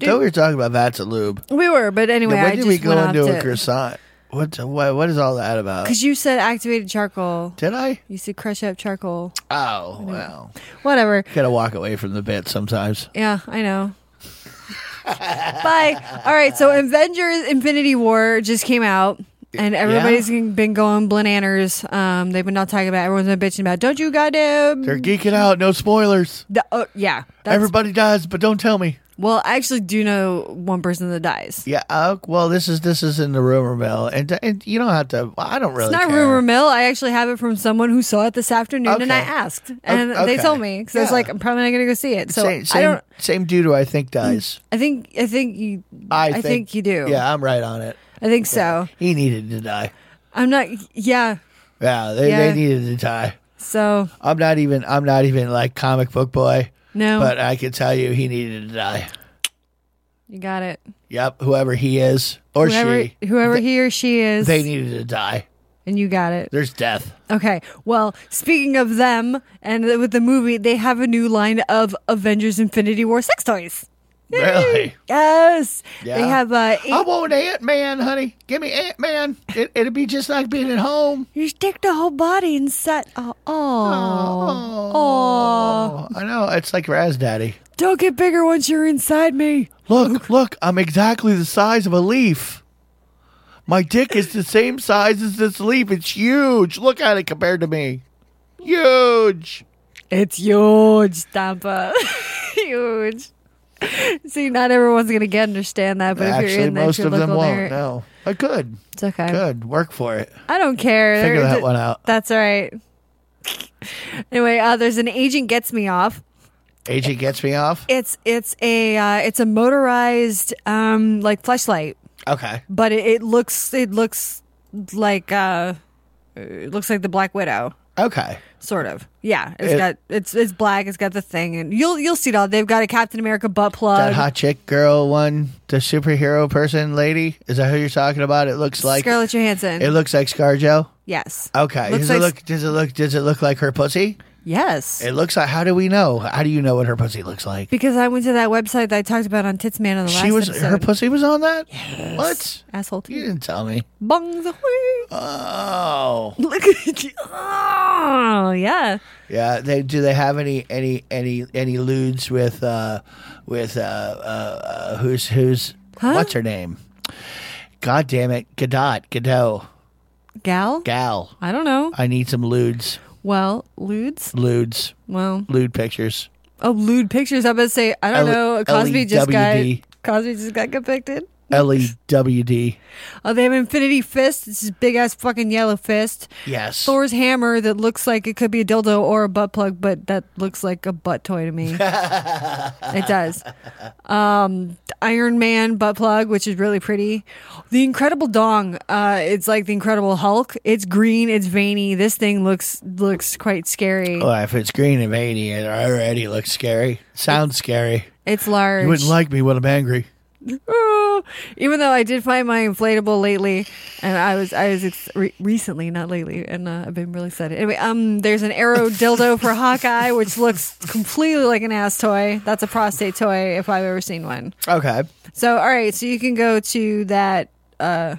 S8: Thought we were talking about vats of lube.
S7: We were, but anyway,
S8: Yeah,
S7: I
S8: when did
S7: just
S8: we go
S7: went off
S8: into a
S7: to
S8: croissant? What, what? What is all that about?
S7: because you said activated charcoal.
S8: Did I?
S7: You said crush up charcoal.
S8: Oh, well.
S7: Whatever.
S8: Gotta walk away from the bit sometimes.
S7: Yeah, I know. Bye. All right. So, Avengers: Infinity War just came out, and everybody's been going blananers. Um, they've been not talking about. it. Everyone's been bitching about. Don't you goddamn?
S8: They're geeking out. No spoilers.
S7: The- oh, yeah. That's,
S8: Everybody dies, but don't tell me.
S7: well, I actually do know one person that dies.
S8: Yeah. Uh, well, this is this is in the rumor mill, and, uh, and you don't have to. I don't really.
S7: It's not
S8: care.
S7: rumor mill. I actually have it from someone who saw it this afternoon, and I
S8: Okay.
S7: asked, and they
S8: okay.
S7: told me because I was
S8: Yeah.
S7: like, I'm probably not going to go see it. So
S8: same,
S7: I
S8: same,
S7: don't.
S8: same dude who I think dies.
S7: I think I think you.
S8: I,
S7: think, you do.
S8: Yeah, I'm right on it.
S7: I think so.
S8: He needed to die.
S7: I'm not. Yeah.
S8: Yeah, they,
S7: Yeah.
S8: they needed to die.
S7: So
S8: I'm not even. I'm not even like comic book boy,
S7: no,
S8: but I can tell you he needed to die.
S7: you got it.
S8: Yep, whoever he is or
S7: whoever
S8: she,
S7: whoever he or she is,
S8: they needed to die.
S7: and you got it.
S8: There's death.
S7: Okay. Well, speaking of them and th- with the movie, they have a new line of Avengers: Infinity War sex toys.
S8: Really?
S7: Yes,
S8: Yeah. Oh.
S7: they have. Uh, eight-
S8: I want Ant Man, honey. Give me Ant Man. It, it'd be just like being at home.
S7: you stick the whole body inside. Oh, oh, oh!
S8: Oh, I know. It's like Raz Daddy.
S7: Don't get bigger once you're inside me.
S8: Look, look, I'm exactly the size of a leaf. My dick is the same size as this leaf. It's huge. Look at it compared to me. Huge.
S7: It's huge, Stampa. huge. See, not everyone's gonna get understand that, but if you're
S8: Actually,
S7: in that,
S8: most
S7: you're
S8: of them
S7: local
S8: won't.
S7: there,
S8: No. I could.
S7: it's okay.
S8: Good. Work for it.
S7: I don't care.
S8: Figure
S7: There-
S8: that
S7: th-
S8: one out.
S7: That's all right. Anyway, uh, there's an agent gets me off.
S8: Agent gets me off.
S7: It's it's a uh, it's a motorized um like flashlight,
S8: Okay.
S7: but it, it looks it looks like uh it looks like the Black Widow.
S8: Okay.
S7: Sort of, yeah. It's
S8: It-
S7: got it's it's black. It's got the thing, and you'll you'll see it all. They've got a Captain America butt plug.
S8: That hot chick girl one, the superhero person lady. Is that who you're talking about? It looks like
S7: Scarlett Johansson.
S8: it looks like ScarJo.
S7: yes.
S8: Okay.
S7: Looks
S8: does
S7: like-
S8: it look does it look does it look like her pussy?
S7: Yes.
S8: It looks like how do we know? How do you know what her pussy looks like?
S7: because I went to that website that I talked about on Tits Man on the last
S8: She was her
S7: episode.
S8: pussy was on that? What?
S7: asshole.
S8: You
S7: Too.
S8: didn't tell me.
S7: Bongs away.
S8: Oh.
S7: Look at you. Oh, yeah.
S8: Yeah, they do they have any any any any lewds with uh with uh, uh, uh who's who's what's her name? God damn it. Godot, Godot,
S7: Gal?
S8: gal.
S7: I don't know.
S8: I need some lewds.
S7: Well, lewds?
S8: Lewds.
S7: Well,
S8: Lewd pictures.
S7: oh, lewd pictures. I'm going to say, I don't
S8: L- E
S7: know. Cosby just got
S8: LEWD.
S7: Cosby just got convicted.
S8: L E W D.
S7: Oh, they have Infinity Fist. It's this big ass fucking yellow fist.
S8: Yes.
S7: Thor's hammer that looks like it could be a dildo or a butt plug, but that looks like a butt toy to me. it does. Um, Iron Man butt plug, which is really pretty. The Incredible Dong. Uh, it's like the Incredible Hulk. It's green. It's veiny. This thing looks looks quite scary.
S8: Well, Oh, if it's green and veiny, it already looks scary. Sounds scary.
S7: It's large.
S8: You wouldn't like me when I'm angry.
S7: Oh, even though I did find my inflatable lately, and I was I was ex- re- recently, not lately, and uh, I've been really excited. Anyway, um, there's an arrow dildo for Hawkeye, which looks completely like an ass toy. That's a prostate toy if I've ever seen one.
S8: Okay.
S7: So all right, so you can go to that. Uh,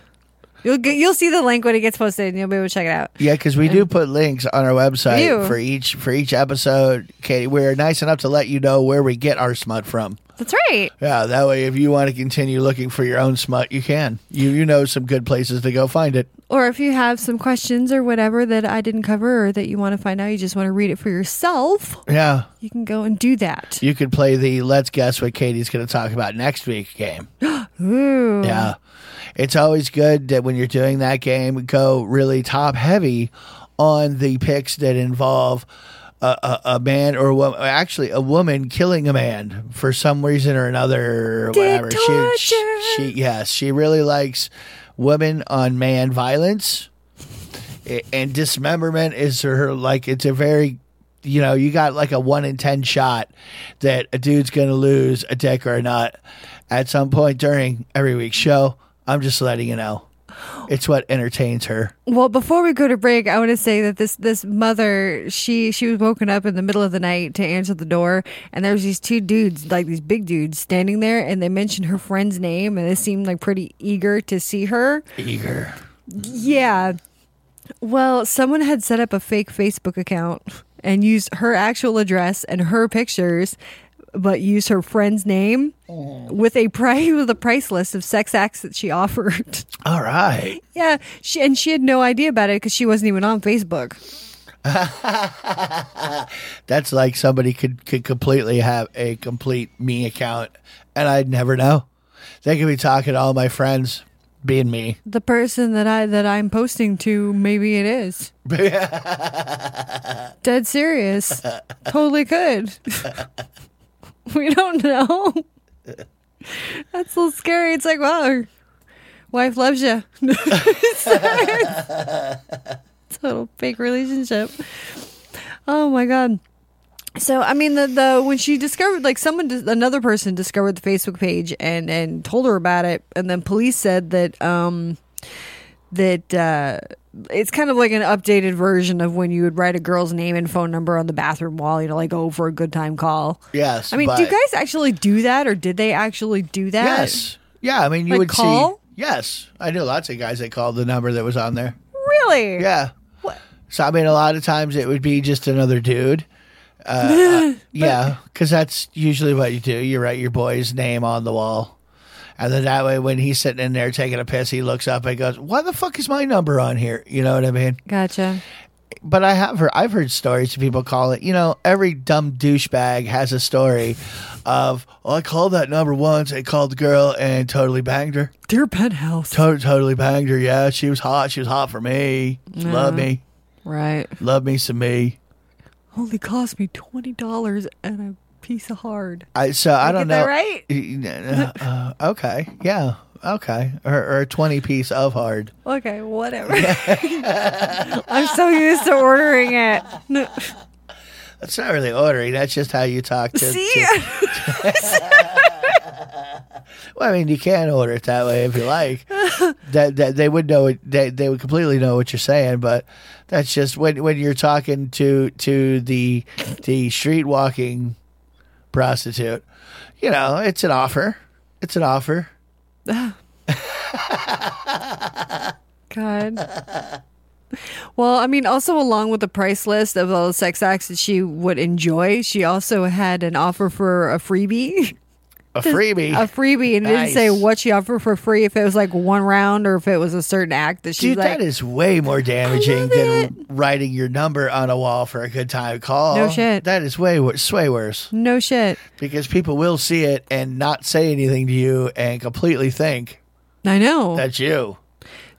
S7: you'll get you'll see the link when it gets posted, and you'll be able to check it out.
S8: Yeah, because we do put links on our website
S7: We do.
S8: for each for each episode. Katie, we're nice enough to let you know where we get our smut from.
S7: That's right.
S8: Yeah, that way, if you want to continue looking for your own smut, you can. You you know some good places to go find it.
S7: Or if you have some questions or whatever that I didn't cover or that you want to find out, you just want to read it for yourself,
S8: Yeah,
S7: you can go and do that.
S8: you could play the "Let's guess what Katie's going to talk about next week" game.
S7: Ooh.
S8: Yeah. It's always good that when you're doing that game, go really top heavy on the picks that involve a, a, a man or a woman, actually a woman killing a man for some reason or another, or whatever. She, she, she, yes, she really likes women on man violence, A- and dismemberment is her like it's a very you know, you got like a one in ten shot that a dude's gonna lose a dick or a nut at some point during every week's show. I'm just letting you know. It's what entertains her.
S7: Well, before we go to break, I want to say that this this mother she she was woken up in the middle of the night to answer the door, and there was these two dudes, like these big dudes, standing there, and they mentioned her friend's name, and they seemed like pretty eager to see her.
S8: Eager.
S7: Yeah. Well, someone had set up a fake Facebook account and used her actual address and her pictures but use her friend's name with a price with a price list of sex acts that she offered.
S8: All right.
S7: yeah, she and she had no idea about it because she wasn't even on Facebook.
S8: That's like somebody could, could completely have a complete me account and I'd never know. They could be talking to all my friends being me.
S7: The person that I that I'm posting to, maybe it is. Dead serious. Totally could. we don't know. That's a little scary. It's like, wow, wife loves you. Total fake relationship. Oh my god. So I mean the the when she discovered like someone dis- another person discovered the Facebook page and and told her about it and then police said that um that uh it's kind of like an updated version of when you would write a girl's name and phone number on the bathroom wall, you know, like oh for a good time call.
S8: Yes.
S7: I mean, do
S8: but-
S7: you guys actually do that or did they actually do that?
S8: Yes. Yeah. I mean, you
S7: Like
S8: would
S7: call?
S8: see. Yes. I knew lots of guys that called the number that was on there.
S7: Really?
S8: Yeah. So I mean, a lot of times it would be just another dude. Uh, uh, yeah, because that's usually what you do. You write your boy's name on the wall, and then that way, when he's sitting in there taking a piss, he looks up and goes, "Why the fuck is my number on here?" You know what I mean?
S7: Gotcha.
S8: But I have heard, I've heard stories of people call it. You know, every dumb douchebag has a story of, "Oh, I called that number once. I called the girl and totally banged her.
S7: Dear penthouse.
S8: To- totally banged her. Yeah, she was hot. She was hot for me. She Loved me.
S7: right.
S8: Loved me some me."
S7: Only cost me twenty dollars and a piece of hard.
S8: I so I don't
S7: get that
S8: know.
S7: right?
S8: right? okay. Yeah. Okay. Or, or a twenty piece of hard.
S7: Okay, whatever. I'm so used to ordering it. No,
S8: That's not really ordering. That's just how you talk to.
S7: see,
S8: to- well, I mean, you can order it that way if you like. that, that they would know. It, they they would completely know what you're saying. But that's just when when you're talking to to the the street walking prostitute. You know, it's an offer. It's an offer.
S7: God. Well, I mean, also along with the price list of all the sex acts that she would enjoy, she also had an offer for a freebie.
S8: A freebie.
S7: A freebie, and it didn't say
S8: Nice.
S7: what she offered for free. If it was like one round, or if it was a certain act that she's
S8: Dude,
S7: like,
S8: that is way more damaging than writing your number on a wall for a good time call.
S7: No shit.
S8: That is way wor- way worse
S7: no shit.
S8: because people will see it and not say anything to you and completely think
S7: I know.
S8: that's you.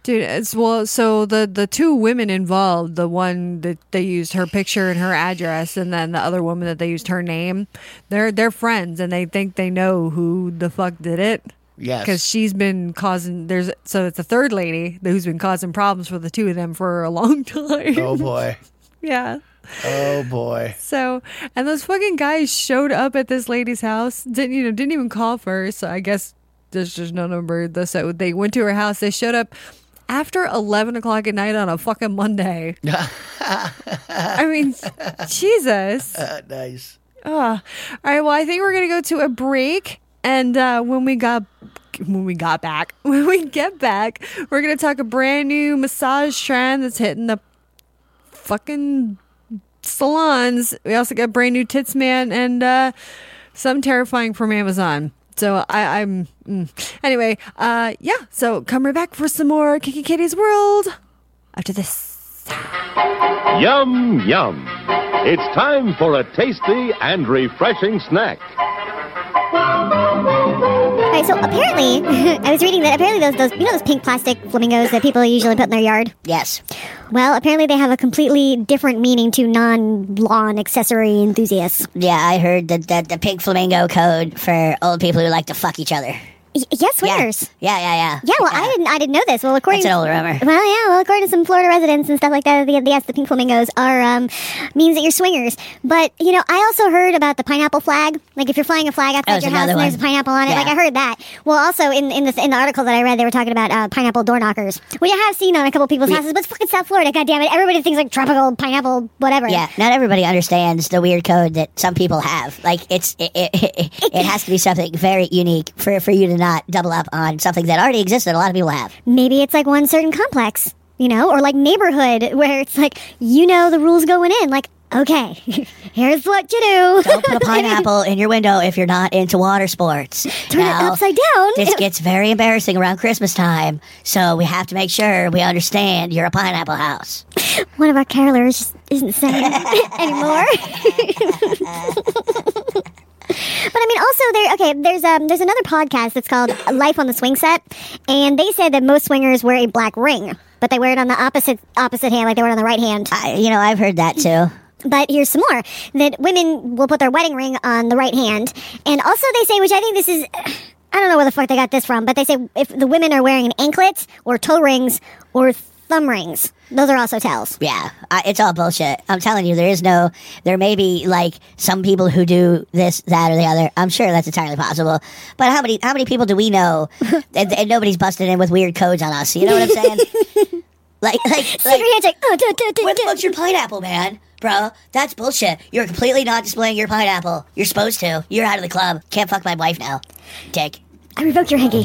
S7: Dude, it's well. So the the two women involved, the one that they used her picture and her address, and then the other woman that they used her name, they're they're friends, and they think they know who the fuck did it
S8: Yes.
S7: because she's been causing. There's so it's the third lady who's been causing problems for the two of them for a long time.
S8: oh boy.
S7: yeah.
S8: Oh boy.
S7: So and those fucking guys showed up at this lady's house. Didn't you know? Didn't even call first. So I guess there's just no number. The- So they went to her house. They showed up after eleven o'clock at night on a fucking Monday. I mean, Jesus.
S8: Uh, nice.
S7: Ugh. All right. Well, I think we're gonna go to a break, and uh, when we got when we got back, when we get back, we're gonna talk a brand new massage trend that's hitting the fucking salons. We also got brand new tits man and uh, some terrifying from Amazon. So I, I'm mm. anyway. Uh, yeah. So come right back for some more Kiki Katie's World after this.
S9: Yum, yum. It's time for a tasty and refreshing snack.
S5: Alright, so apparently, I was reading that apparently those, those, you know those pink plastic flamingos that people usually put in their yard?
S10: Yes.
S5: Well, apparently they have a completely different meaning to non-lawn accessory enthusiasts.
S10: Yeah, I heard that, that the pink flamingo code for old people who like to fuck each other.
S5: Y- yes, swingers.
S10: Yeah, yeah, yeah.
S5: Yeah, well, I didn't. I didn't know this. Well, according
S10: That's an old rumor.
S5: well, yeah, well, according to some Florida residents and stuff like that, the, yes, the pink flamingos are um, means that you're swingers. But you know, I also heard about the pineapple flag. Like if you're flying a flag outside
S10: That was
S5: your house and
S10: another
S5: there's a
S10: one.
S5: pineapple on it,
S10: Yeah.
S5: like I heard that. Well, also in in the in the article that I read, they were talking about uh, pineapple door knockers, which I have seen on a couple people's houses. But it's fucking South Florida, God damn it! Everybody thinks like tropical pineapple, whatever.
S10: Yeah, not everybody understands the weird code that some people have. Like it's it, it, it, it has to be something very unique for for you to not double up on something that already exists that a lot of people have.
S5: maybe it's like one certain complex, you know, or like neighborhood where it's like you know the rules going in, like. okay, here's what you do.
S10: Don't put a pineapple in your window if you're not into water sports.
S5: Turn it upside down.
S10: This gets very embarrassing around Christmas time, so we have to make sure we understand you're a pineapple house.
S5: One of our carolers just isn't singing anymore. But I mean, also there. Okay, there's um, there's another podcast that's called Life on the Swing Set, and they said that most swingers wear a black ring, but they wear it on the opposite opposite hand, like they wear it on the right hand.
S10: I, you know, I've heard that too.
S5: But here's some more that women will put their wedding ring on the right hand, and also they say, which I think this is, I don't know where the fuck they got this from, but they say if the women are wearing an anklet or toe rings or thumb rings, those are also tells.
S10: Yeah, I, it's all bullshit. I'm telling you, there is no. There may be like some people who do this, that, or the other. I'm sure that's entirely possible. But how many how many people do we know? and, and nobody's busted in with weird codes on us. You know what I'm saying? like like like.
S5: Handshake. Oh, duh, duh, duh,
S10: Where the
S5: duh.
S10: fuck's your pineapple, man? Bro, that's bullshit. You're completely not displaying your pineapple. You're supposed to. You're out of the club. Can't fuck my wife now. Dick.
S5: I revoked your hanky.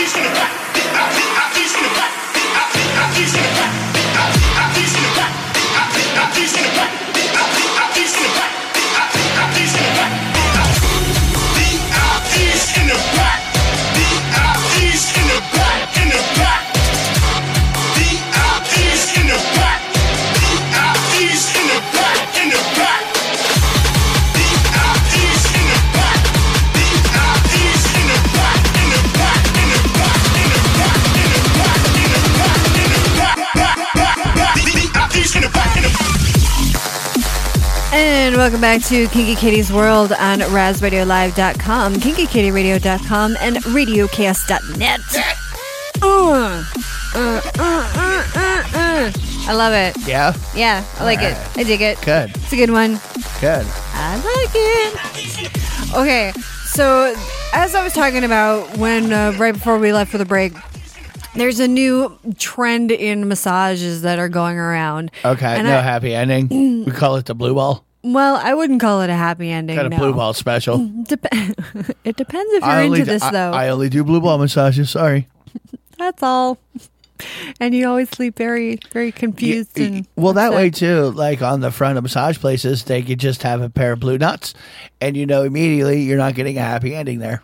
S7: And welcome back to Kinky Kitty's World on RazRadioLive.com, KinkyKittyRadio.com, and RadioCast.net. Uh, uh, uh, uh, uh, uh. I love it.
S8: Yeah.
S7: Yeah, I like it. I dig it.
S8: Good.
S7: It's a good one.
S8: Good.
S7: I like it. Okay, so as I was talking about when uh, right before we left for the break, there's a new trend in massages that are going around.
S8: Okay.
S7: And
S8: no
S7: I-
S8: happy ending. we call it the blue ball.
S7: Well, I wouldn't call it a happy ending.
S8: Got a
S7: no.
S8: blue ball special.
S7: Dep- it depends if you're
S8: I only
S7: into
S8: do-
S7: this,
S8: I-
S7: though.
S8: I only do blue ball massages. Sorry.
S7: That's all. And you always leave very, very confused. and
S8: Well, that way too, like on the front of massage places, they could just have a pair of blue nuts, and you know immediately you're not getting a happy ending there.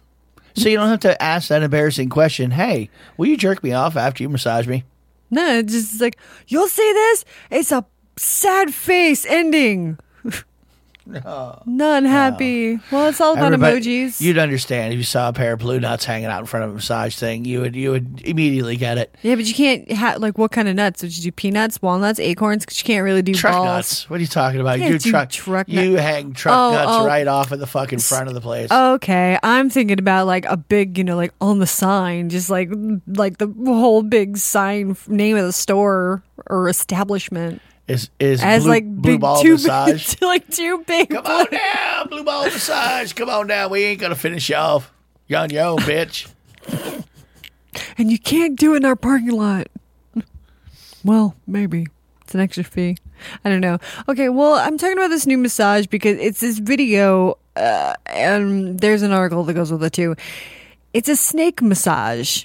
S8: So you don't have to ask that embarrassing question. Hey, will you jerk me off after you massage me?
S7: no, it's just like you'll see this. It's a sad face ending. Not happy. Well, it's all about
S8: Everybody-
S7: emojis.
S8: You'd understand if you saw a pair of blue nuts hanging out in front of a massage thing. You would you would immediately get it.
S7: yeah, but you can't ha- like what kind of nuts? Would you do peanuts, walnuts, acorns? Because you can't really do
S8: Truck
S7: balls.
S8: nuts. What are you talking about?
S7: Can't
S8: You
S7: do
S8: truck,
S7: truck nut-
S8: You hang truck
S7: Oh,
S8: nuts
S7: oh.
S8: right off of the fucking front of the place.
S7: Okay, I'm thinking about like a big, you know, like on the sign, just like like the whole big sign f- name of the store or establishment
S8: Is is
S7: as
S8: blue,
S7: like
S8: blue
S7: big
S8: ball
S7: too
S8: massage?
S7: big, like too big.
S8: Come on now, blue ball massage. Come on now. We ain't gonna finish you off. You're on your own, bitch.
S7: and you can't do it in our parking lot. Well, maybe it's an extra fee. I don't know. Okay, well, I'm talking about this new massage because it's this video, uh, and there's an article that goes with it too. It's a snake massage.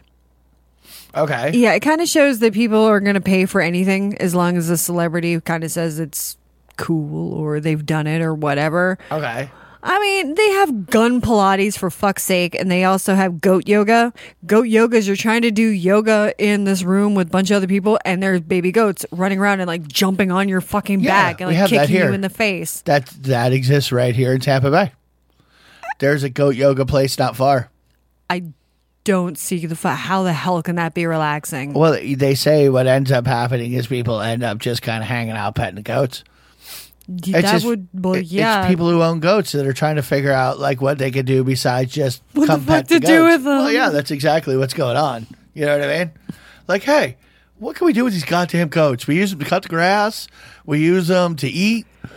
S8: Okay.
S7: Yeah, it kind of shows that people are going to pay for anything as long as the celebrity kind of says it's cool or they've done it or whatever.
S8: Okay.
S7: I mean, they have gun Pilates for fuck's sake, and they also have goat yoga. Goat yoga is you're trying to do yoga in this room with a bunch of other people, and there's baby goats running around and like jumping on your fucking
S8: Yeah,
S7: back and
S8: we
S7: like
S8: have that
S7: kicking you
S8: here.
S7: in the face.
S8: That that exists right here in Tampa Bay. There's a goat yoga place not far.
S7: I don't see the fu- how the hell can that be relaxing?
S8: Well, they say what ends up happening is people end up just kind of hanging out petting the goats.
S7: that would, well,
S8: it-
S7: yeah.
S8: It's people who own goats that are trying to figure out like what they could do besides just
S7: What the
S8: come
S7: fuck
S8: pet the
S7: to do
S8: goats.
S7: with them?
S8: Well, yeah, that's exactly what's going on. You know what I mean? Like, hey, what can we do with these goddamn goats? We use them to cut the grass. We use them to eat.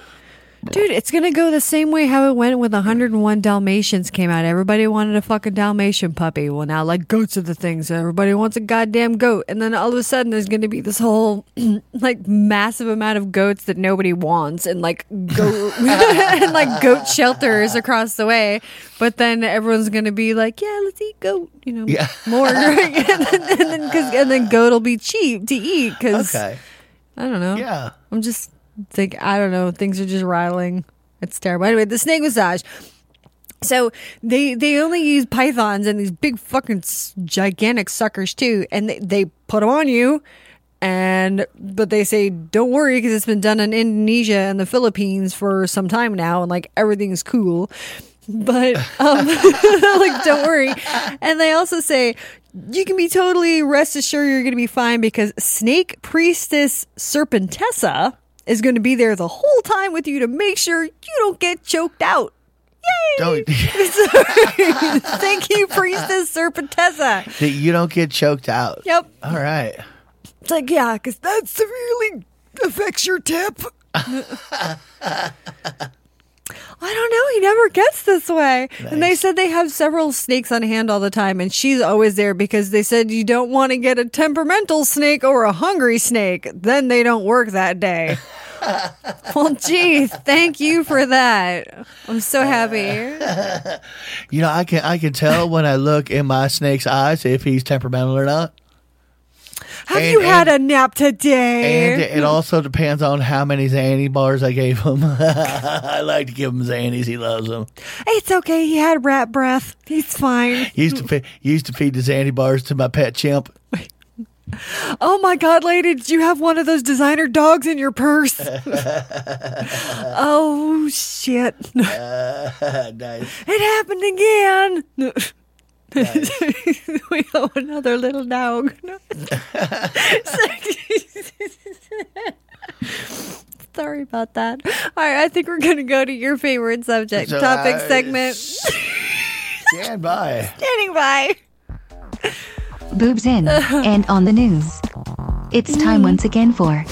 S7: Dude, it's gonna go the same way how it went when the 101 Dalmatians came out. Everybody wanted a fucking Dalmatian puppy. Well, now like goats are the thing, so everybody wants a goddamn goat. And then all of a sudden, there's gonna be this whole like massive amount of goats that nobody wants, and like goat and like goat shelters across the way. But then everyone's gonna be like, yeah, let's eat goat, you know,
S8: Yeah.
S7: more, and then and then, 'cause- and then goat'll be cheap to eat because
S8: Okay.
S7: I don't know.
S8: Yeah.
S7: I'm just think I don't know. Things are just rattling. It's terrible. Anyway, the snake massage. So they they only use pythons and these big fucking s- gigantic suckers too, and they, they put them on you. And but they say don't worry because it's been done in Indonesia and the Philippines for some time now, and like everything's cool. But um, like don't worry. And they also say you can be totally rest assured you're going to be fine because Snake Priestess Serpentessa is going to be there the whole time with you to make sure you don't get choked out.
S8: Don't
S7: Thank you, Priestess Serpentessa.
S8: that you don't get choked out.
S7: Yep.
S8: All right.
S7: It's like, yeah, because that severely affects your tip. I don't know. He never gets this way. And they said they have several snakes on hand all the time, and she's always there because they said you don't want to get a temperamental snake or a hungry snake. Then they don't work that day. well, gee, thank you for that. I'm so
S8: Uh,
S7: happy.
S8: You know, I can I can tell when I look in my snake's eyes if he's temperamental or not.
S7: Have
S8: And-
S7: you had a
S8: and-
S7: nap today?
S8: And it also depends on how many Zanny bars I gave him. I like to give him Zannies. He loves them.
S7: It's okay. He had rat breath. He's fine.
S8: Used to feed, used to feed the Zanny bars to my pet chimp.
S7: Oh my God, lady, did you have one of those designer dogs in your purse? oh shit.
S8: nice.
S7: It happened again. we owe another little dog. Sorry about that. All right, I think we're going to go to your favorite subject,
S8: So,
S7: topic
S8: uh,
S7: segment.
S8: Stand by.
S7: Standing by.
S4: Boobs in and on the news. It's time once again for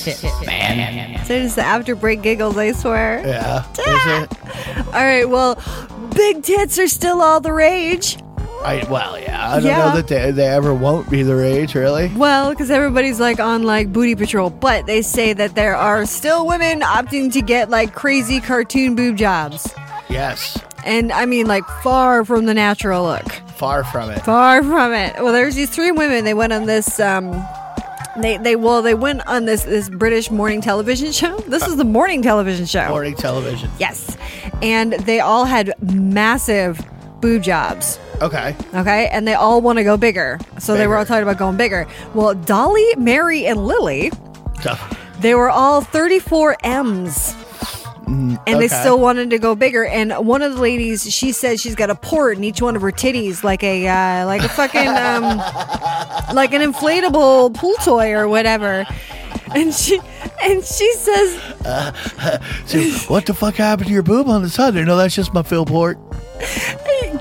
S7: So just the after break giggles, I swear.
S8: Yeah. Is it?
S7: All right, well, big tits are still all the rage.
S8: I, well, yeah. I don't
S7: Yeah.
S8: know that they, they ever won't be the rage, really.
S7: Well, because everybody's like on like booty patrol, but they say that there are still women opting to get like crazy cartoon boob jobs.
S8: Yes.
S7: And I mean, like, far from the natural look.
S8: Far from it.
S7: Far from it. Well, there's these three women. They went on this. Um, they they well they went on this this British morning television show. This is the morning television show.
S8: Morning television.
S7: Yes, and they all had massive boob jobs.
S8: Okay.
S7: Okay, and they all want to go bigger. So they were all talking about going bigger. Well, Dolly, Mary, and Lily, they were all 34 M's.
S8: And
S7: And they still wanted to go bigger. And one of the ladies, she said she's got a port in each one of her titties, like a uh, like a fucking um, like an inflatable pool toy or whatever. And she and she says
S8: So, what the fuck happened to your boob on the side? No, that's just my Philport.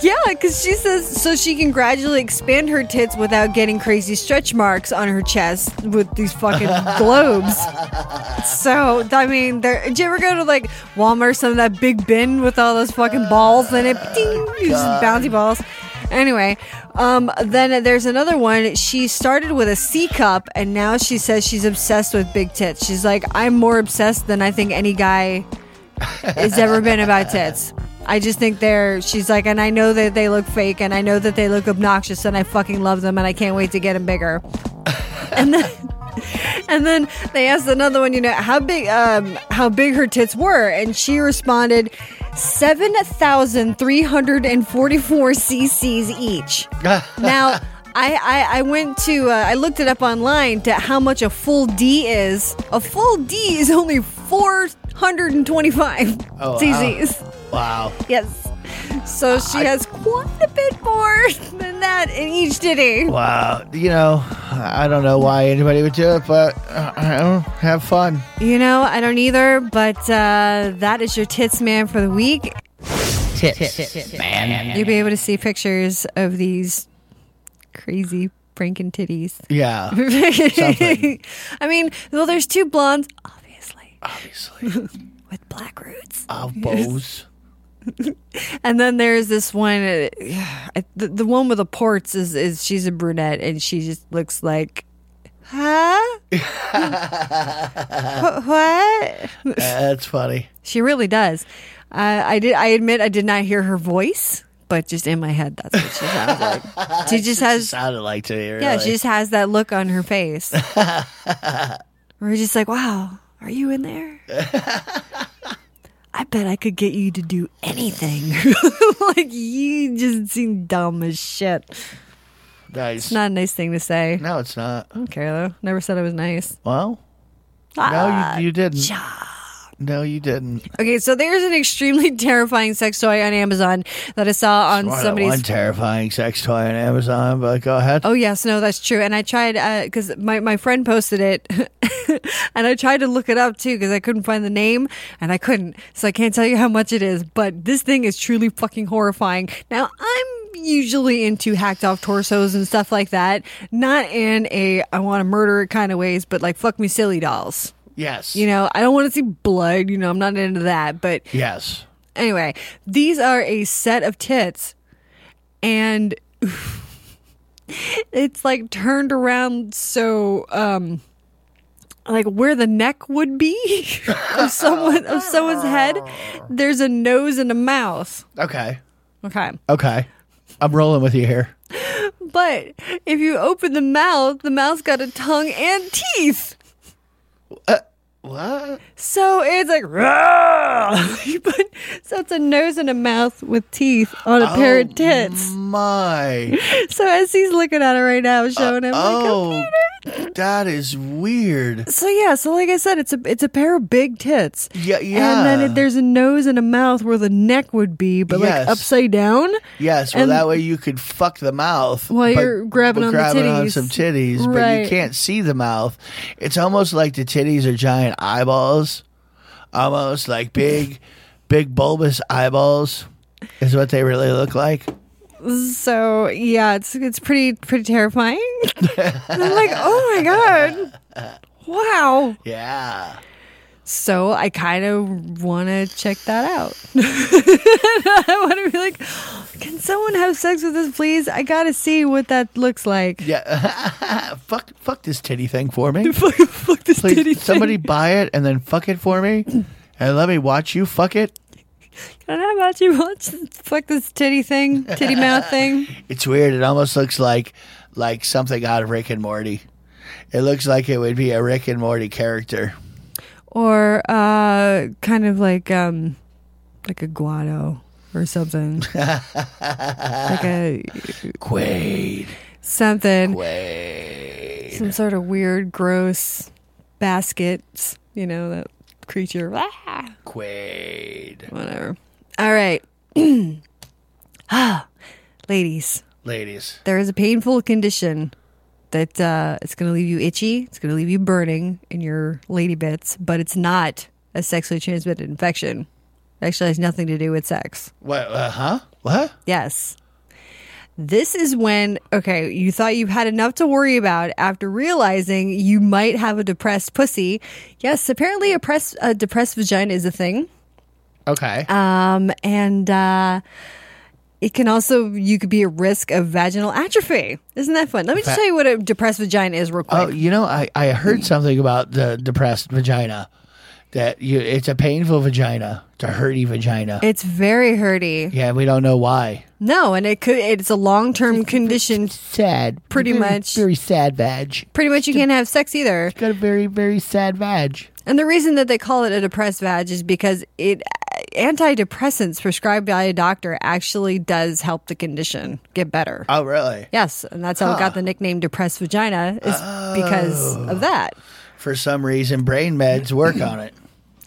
S7: Yeah, because she says so she can gradually expand her tits without getting crazy stretch marks on her chest with these fucking globes. So I mean, there. Did you ever go to like Walmart? Some of that big bin with all those fucking balls in it, ding, it's just bouncy balls. Anyway, um, then there's another one. She started with a C cup, and now she says she's obsessed with big tits. She's like, I'm more obsessed than I think any guy has ever been about tits. I just think they're. She's like, and I know that they look fake, and I know that they look obnoxious, and I fucking love them, and I can't wait to get them bigger. and then, and then they asked another one, you know, how big, um, how big her tits were, and she responded, seven thousand three hundred and forty-four cc's each. now. I, I, I went to uh, I looked it up online to how much a full D is. A full D is only four hundred and twenty-five
S8: Oh, wow.
S7: cc's.
S8: Wow.
S7: Yes. So she has quite a bit more than that in each ditty.
S8: Wow. You know, I don't know why anybody would do it, but uh, I don't know. have fun.
S7: You know, I don't either, but uh, that is your tits man for the week. You'll be able to see pictures of these crazy pranking titties.
S8: Yeah. Something.
S7: I mean, well, there's two blondes, obviously.
S8: Obviously.
S6: with black roots.
S8: Oh, bows.
S7: And then there's this one, uh, I- the, the one with the ports is, is she's a brunette and she just looks like, huh? Wh- what?
S8: That's funny.
S7: She really does. Uh, I did. I admit I did not hear her voice, but just in my head, that's what she sounds like. She just has.
S8: sounded like to me.
S7: Yeah,
S8: really.
S7: she just has that look on her face. We're just like, wow, are you in there? I bet I could get you to do anything. like you just seem dumb as shit.
S8: nice.
S7: It's not a nice thing to say.
S8: No, it's not. I
S7: don't care though. Never said I was nice.
S8: Well,
S7: Ah,
S8: no, you, you didn't. No, you didn't.
S7: Okay, so there's an extremely terrifying sex toy on Amazon that I saw on
S8: More than
S7: somebody's
S8: one terrifying sex toy on Amazon, but go ahead.
S7: Oh yes, no, that's true. And I tried because my my friend posted it, and I tried to look it up too because I couldn't find the name and I couldn't, so I can't tell you how much it is. But this thing is truly fucking horrifying. Now I'm usually into hacked off torsos and stuff like that, not in a I want to murder it kind of ways, but like fuck me silly dolls.
S8: Yes.
S7: You know, I don't want to see blood. You know, I'm not into that. But
S8: Yes.
S7: Anyway, these are a set of tits, and it's like turned around so um like where the neck would be of someone of someone's head. There's a nose and a mouth.
S8: Okay.
S7: Okay.
S8: Okay. I'm rolling with you here.
S7: But if you open the mouth, the mouth's got a tongue and teeth.
S8: What?
S7: So it's like, "Rah!" but so it's a nose and a mouth with teeth on a pair of tits.
S8: My.
S7: So as he's looking at it right now, showing him. like,
S8: Uh, oh, that is weird.
S7: So yeah, so like I said, it's a it's a pair of big tits.
S8: Yeah,
S7: And then
S8: yeah.
S7: it, there's a nose and a mouth where the neck would be, but like
S8: Yes.
S7: upside down.
S8: Yes, well,
S7: And-
S8: that way you could fuck the mouth
S7: While
S8: but-
S7: you're grabbing
S8: but
S7: on the
S8: grabbing on
S7: titties.
S8: some titties, but you
S7: Right.
S8: can't see the mouth. It's almost like the titties are giant eyeballs, almost like big, big bulbous eyeballs. Is what they really look like.
S7: So yeah, it's it's pretty pretty terrifying. And I'm like, oh my god, wow.
S8: Yeah.
S7: So I kind of want to check that out. I want to be like, can someone have sex with this, please? I gotta see what that looks like.
S8: Yeah. fuck, fuck this titty thing for me.
S7: fuck, this
S8: Please, titty. Somebody buy it and then fuck it for me, and let me watch you fuck it.
S7: I don't know about you. Watch this- fuck this titty thing, titty mouth thing.
S8: It's weird. It almost looks like like something out of Rick and Morty. It looks like it would be a Rick and Morty character.
S7: or uh kind of like um like a guado or something like a
S8: Quaid.
S7: something
S8: Quaid.
S7: some sort of weird gross baskets you know that creature Ah,
S8: Quaid.
S7: whatever all right ah ladies
S8: Ladies.
S7: there is a painful condition that uh, it's going to leave you itchy. It's going to leave you burning in your lady bits, but it's not a sexually transmitted infection. It actually has nothing to do with sex.
S8: What? Uh huh. What?
S7: Yes. This is when, okay, you thought you had enough to worry about after realizing you might have a depressed pussy. Yes, apparently a, press, a depressed vagina is a thing.
S8: Okay.
S7: Um, and uh, it can also, you could be at risk of vaginal atrophy. Isn't that fun? Let me just
S8: Va-
S7: tell you what a depressed vagina is real quick.
S8: oh, you know, I I heard something about the depressed vagina. That you, it's a painful vagina, it's a hurty vagina.
S7: It's very hurty.
S8: yeah, we don't know why.
S7: No, and it could, it's a long term condition.
S8: Sad.
S7: Pretty
S8: Very-
S7: much.
S8: Very sad vag.
S7: Pretty much you can't have sex either.
S8: Got a very very sad vag.
S7: And the reason that they call it a depressed vag is because it antidepressants prescribed by a doctor actually does help the condition get better.
S8: Oh, really?
S7: Yes, and that's how it got the nickname depressed vagina is because of that.
S8: For some reason, brain meds work on it.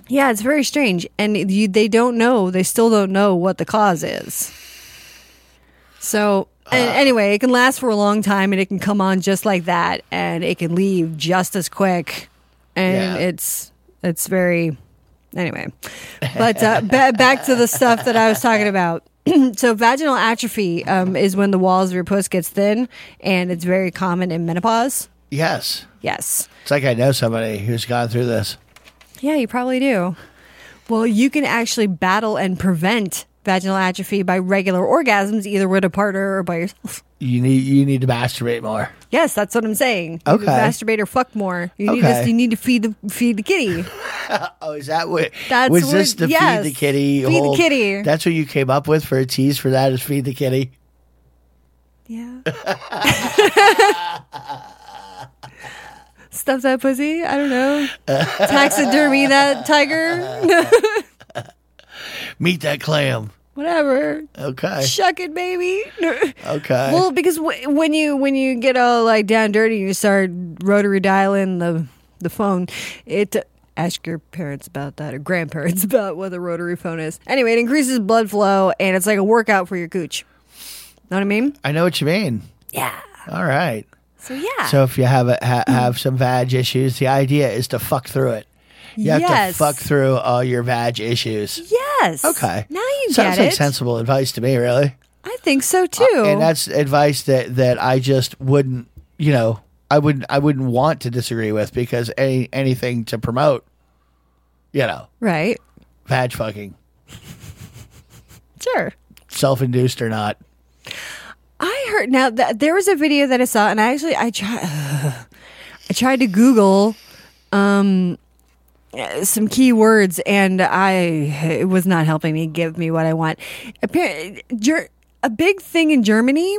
S7: Yeah, it's very strange, and you, they don't know. They still don't know what the cause is. So, and anyway, it can last for a long time, and it can come on just like that, and it can leave just as quick, and
S6: Yeah.
S7: it's it's very anyway. But uh, ba- back to the stuff that I was talking about. so, vaginal atrophy um, is when the walls of your puss gets thin, and it's very common in menopause.
S8: Yes.
S7: Yes.
S8: It's like I know somebody who's gone through this.
S7: Yeah, you probably do. Well, you can actually battle and prevent vaginal atrophy by regular orgasms, either with a partner or by yourself.
S8: You need you need to masturbate more.
S7: Yes, that's what I'm saying. You need to
S8: Okay.
S7: masturbate or fuck more. You need this.
S8: Okay.
S7: You need to feed the feed the kitty.
S8: oh, is that what?
S7: That's
S8: was
S7: what-
S8: this the
S7: yes,
S8: feed the kitty?
S7: feed the
S8: whole-
S7: kitty.
S8: That's what you came up with for a tease for that is feed the kitty.
S7: Stuff that pussy. I don't know. Taxidermy that tiger.
S8: Meet that clam.
S7: Whatever.
S8: Okay.
S7: Shuck it, baby.
S8: Okay.
S7: Well, because w- when you when you get all like down dirty, you start rotary dialing the the phone. It ask your parents about that or grandparents about what the rotary phone is. Anyway, it increases blood flow and it's like a workout for your cooch. Know what I mean?
S8: I know what you mean.
S7: Yeah.
S8: All right.
S7: So yeah.
S8: So if you have a, ha- have some vag issues, the idea is to fuck through it. You have
S7: Yes.
S8: to fuck through all your vag issues.
S7: yes.
S8: Okay.
S7: Now you
S8: Sounds
S7: get
S8: like
S7: it.
S8: sensible advice to me, really.
S7: I think so too.
S8: Uh, And that's advice that that I just wouldn't, you know, I wouldn't I wouldn't want to disagree with because any anything to promote, you know,
S7: right.
S8: vag fucking,
S7: Sure.
S8: self induced or not.
S7: I heard now that there was a video that I saw, and I actually I tried I tried to Google um uh, some keywords, and I it was not helping me give me what I want. Apparently, a big thing in Germany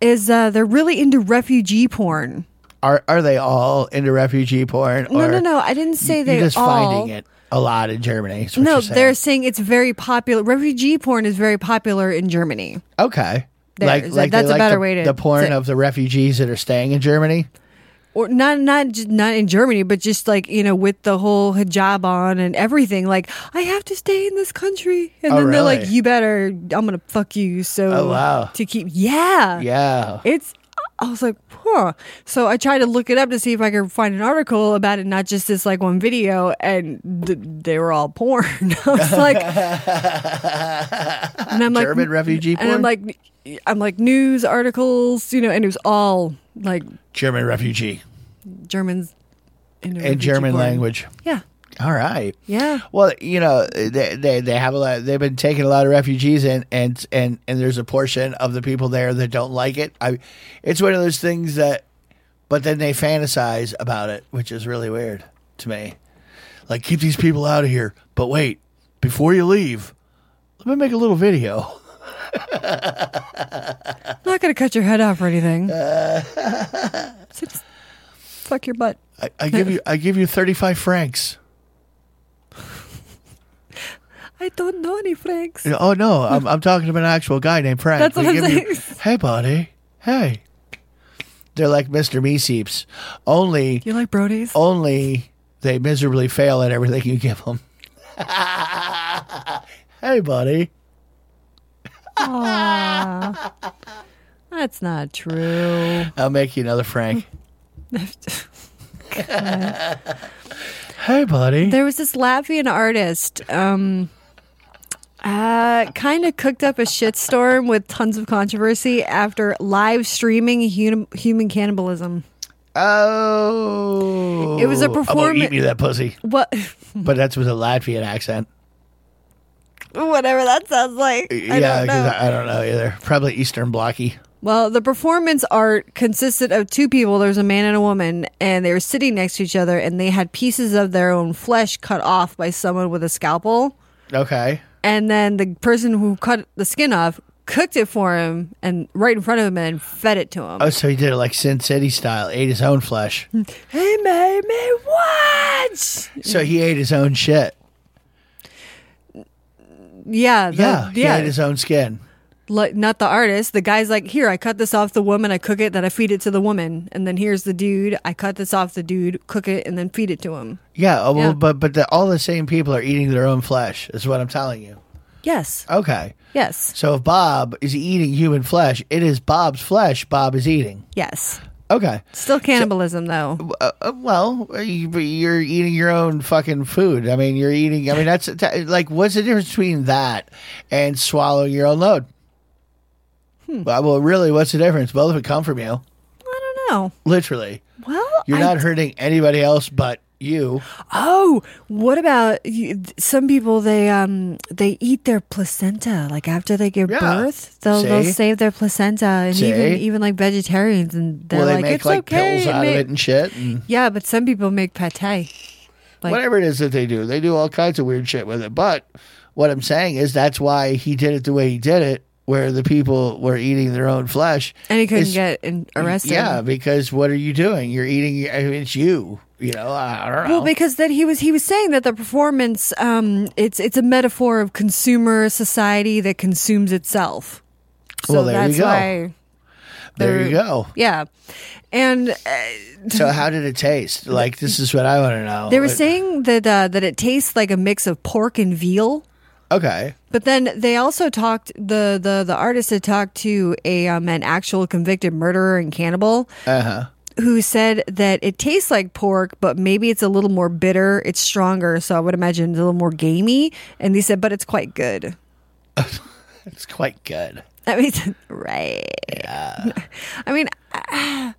S7: is uh, they're really into refugee porn.
S8: Are are they all into refugee porn?
S7: No,
S8: or
S7: no, no. I didn't say they
S8: You're just
S7: all.
S8: finding it a lot in Germany. is what
S7: No,
S8: you're saying.
S7: they're saying it's very popular. Refugee porn is very popular in Germany.
S8: okay.
S7: There,
S8: like,
S7: so
S8: like
S7: that's a
S8: they like
S7: better
S8: the,
S7: way to
S8: the porn
S7: say-
S8: of the refugees that are staying in Germany.
S7: or not not just not in Germany, but just like you know, with the whole hijab on and everything. Like I have to stay in this country, and
S8: Oh,
S7: then they're like,
S8: really?
S7: "You better, I'm gonna fuck you." So
S8: Oh, wow.
S7: to keep yeah
S8: Yeah.
S7: it's I was like, huh. So I tried to look it up to see if I could find an article about it, not just this like one video, and th- they were all porn. I was like, and I'm like
S8: German refugee
S7: and I'm like, I'm like news articles, you know, and it was all like
S8: German refugee
S7: Germans in a
S8: in
S7: refugee
S8: German
S7: porn.
S8: language.
S7: Yeah,
S8: All right.
S7: yeah.
S8: Well, you know, they, they they have a lot. They've been taking a lot of refugees, and and and and there's a portion of the people there that don't like it. I, it's one of those things that, but then they fantasize about it, which is really weird to me. Like, keep these people out of here. But wait, before you leave, let me make a little video.
S7: I'm not gonna cut your head off or anything. So just fuck your butt.
S8: I, I give you I give you thirty five francs.
S7: I don't know any Franks.
S8: You know, Oh no, I'm I'm talking to an actual guy named Frank.
S7: That's what
S8: We
S7: I'm
S8: give you-
S7: saying.
S8: hey, buddy. Hey. They're like Mr. Meeseeps. Only
S7: You like Brody's?
S8: Oh. only they miserably fail at everything you give them. hey, buddy.
S7: Aw. That's not true.
S8: I'll make you another Frank. Hey, buddy.
S7: there was this Latvian artist, um, uh, kind of cooked up a shitstorm with tons of controversy after live streaming human, human cannibalism.
S8: Oh.
S7: It was a
S8: I'm gonna
S7: perform-
S8: Eat me that pussy.
S7: What?
S8: But that's with a Latvian accent.
S7: Whatever that sounds like. I
S8: yeah,
S7: don't know.
S8: I, I don't know either. Probably Eastern Blocky.
S7: Well, the performance art consisted of two people. There was a man and a woman, and they were sitting next to each other, and they had pieces of their own flesh cut off by someone with a scalpel.
S8: Okay.
S7: And then the person who cut the skin off cooked it for him and right in front of him and fed it to him.
S8: Oh, so he did it like Sin City style, ate his own flesh.
S7: He made me watch.
S8: so he ate his own shit.
S7: Yeah, the-
S8: Yeah, he
S7: yeah.
S8: ate his own skin.
S7: like not the artist. The guy's like, here, I cut this off the woman, I cook it, then I feed it to the woman, and then here's the dude. I cut this off the dude, cook it, and then feed it to him.
S8: Yeah, oh,
S7: Yeah.
S8: Well, but but the, all the same people are eating their own flesh. Is what I'm telling you.
S7: Yes,
S8: Okay,
S7: yes,
S8: so if Bob is eating human flesh, it is Bob's flesh. Bob is eating.
S7: yes.
S8: Okay,
S7: Still cannibalism though.
S8: uh, uh, well, uh, you- but you're eating your own fucking food. I mean, you're eating. I mean, that's that- like, what's the difference between that and swallowing your own load?
S7: Hmm.
S8: Well, well, really, what's the difference? Both of it come from you,
S7: I don't know.
S8: literally.
S7: Well,
S8: You're
S7: I-
S8: not hurting anybody else but you.
S7: Oh, what about you, some people? They um they eat their placenta like after they give birth. They'll
S8: See?
S7: they'll save their placenta and even
S8: See?
S7: even like vegetarians and they're
S8: well, they
S7: like
S8: make
S7: it's
S8: like
S7: okay.
S8: pills out
S7: ma-
S8: of it and shit. And
S7: Yeah, but some people make pate. Like-
S8: whatever it is that they do, they do all kinds of weird shit with it. But what I'm saying is that's why he did it the way he did it, where the people were eating their own flesh.
S7: And he couldn't
S8: It's-
S7: get in, arrested.
S8: Yeah, because what are you doing? You're eating. I mean, it's you. You know, I I don't know.
S7: Well, because then he was he was saying that the performance um it's it's a metaphor of consumer society that consumes itself. So
S8: Well, there you
S7: that's
S8: go.
S7: why
S8: there you go.
S7: yeah. And uh,
S8: So how did it taste? Like this is what I want to know.
S7: they were
S8: Like,
S7: saying that uh, that it tastes like a mix of pork and veal.
S8: okay.
S7: But then they also talked the the the artist had talked to a um, an actual convicted murderer and cannibal
S8: Uh huh.
S7: who said that it tastes like pork, but maybe it's a little more bitter. It's stronger, so I would imagine it's a little more gamey. And they said, but it's quite good.
S8: It's quite good. Uh,
S7: I mean, right?
S8: Yeah.
S7: I mean,
S8: I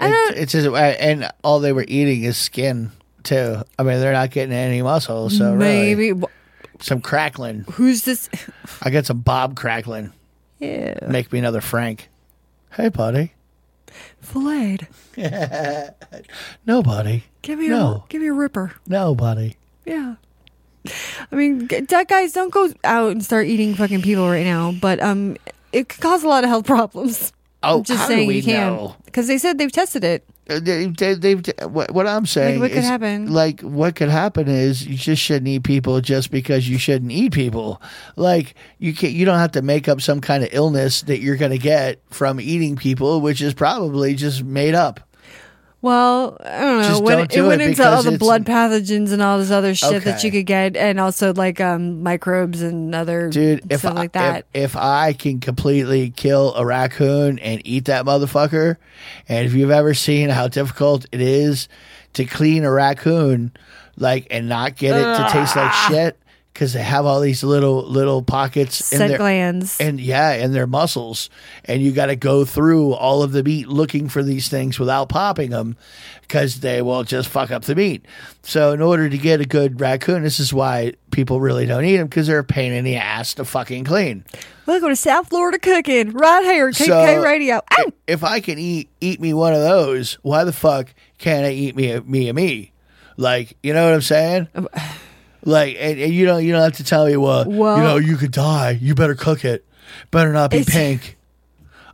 S8: don't. It's just, uh, and all they were eating is skin too. I mean, they're not getting any muscle. So really,
S7: maybe
S8: some crackling.
S7: who's this?
S8: I got some Bob crackling.
S7: Ew.
S8: Make me another Frank. Hey, buddy.
S7: Filleted.
S8: No, buddy.
S7: Give me a
S8: no.
S7: give me a ripper.
S8: No, buddy.
S7: Yeah. I mean, g- d- guys, don't go out and start eating fucking people right now. But um, it could cause a lot of health problems.
S8: Oh,
S7: I'm just
S8: how do
S7: saying
S8: we
S7: you can
S8: know?
S7: because they said they've tested it.
S8: Uh, They, they, they've, what, what I'm saying
S7: what could
S8: is,
S7: happen?
S8: like, what could happen is you just shouldn't eat people just because you shouldn't eat people. Like, you can't, you don't have to make up some kind of illness that you're going to get from eating people, which is probably just made up.
S7: Well, I don't know.
S8: Just
S7: when
S8: don't
S7: it,
S8: do
S7: went
S8: it
S7: into all
S8: because
S7: the
S8: it's-
S7: blood pathogens and all this other shit that
S8: Okay.
S7: you could get, and also like um microbes and other
S8: Dude, if
S7: stuff
S8: I,
S7: like that.
S8: If, if I can completely kill a raccoon and eat that motherfucker, and if you've ever seen how difficult it is to clean a raccoon, like and not get it to taste like
S7: Ah.
S8: shit, because they have all these little little pockets
S7: Scent
S8: in their
S7: glands.
S8: and yeah, in their muscles, and you got to go through all of the meat looking for these things without popping them, because they will just fuck up the meat. So in order to get a good raccoon, this is why people really don't eat them because they're a pain in the ass to fucking clean.
S7: Welcome to South Florida cooking right here, KK
S8: So-
S7: Radio.
S8: I- If I can eat eat me one of those, why the fuck can't I eat me a me a me? Like you know what I'm saying?
S7: Um,
S8: Like and, and you don't you don't have to tell me well,
S7: Well-
S8: you know you could die. You better cook it. Better not be
S7: It's-
S8: pink.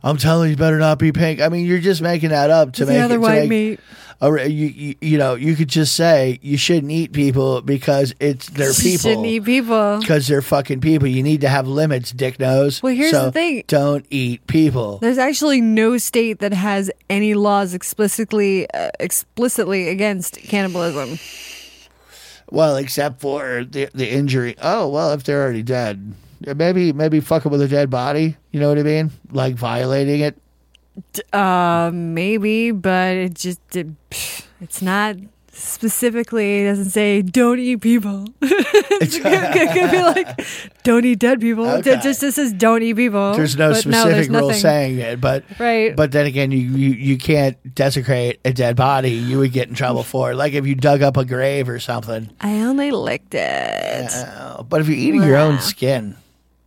S8: I'm telling you, better not be pink. I mean, you're just making that up to
S7: The
S8: make
S7: other
S8: it, to
S7: white
S8: make-
S7: meat.
S8: a re- you, you you know you could just say you shouldn't eat people because it's their
S7: You
S8: people
S7: shouldn't eat people.
S8: because they're fucking people. You need to have limits, dick nose.
S7: Well, here's
S8: So
S7: the thing.
S8: don't eat people.
S7: There's actually no state that has any laws explicitly uh, explicitly against cannibalism.
S8: Well, except for the the injury. Oh well, if they're already dead, Yeah, maybe maybe fucking with a dead body. You know what I mean? Like violating it.
S7: Uh, maybe, but it just it, pff, it's not specifically. It doesn't say don't eat people. it could, it could be like don't eat dead people.
S8: Okay.
S7: It just it says don't eat people.
S8: There's
S7: Oh,
S8: no
S7: But there's
S8: specific rule
S7: nothing.
S8: saying it, but
S7: Right.
S8: But then again, you, you you can't desecrate a dead body. You would get in trouble for it. Like if you dug up a grave or something.
S7: I only licked it.
S8: Oh, but if you're eating your own skin,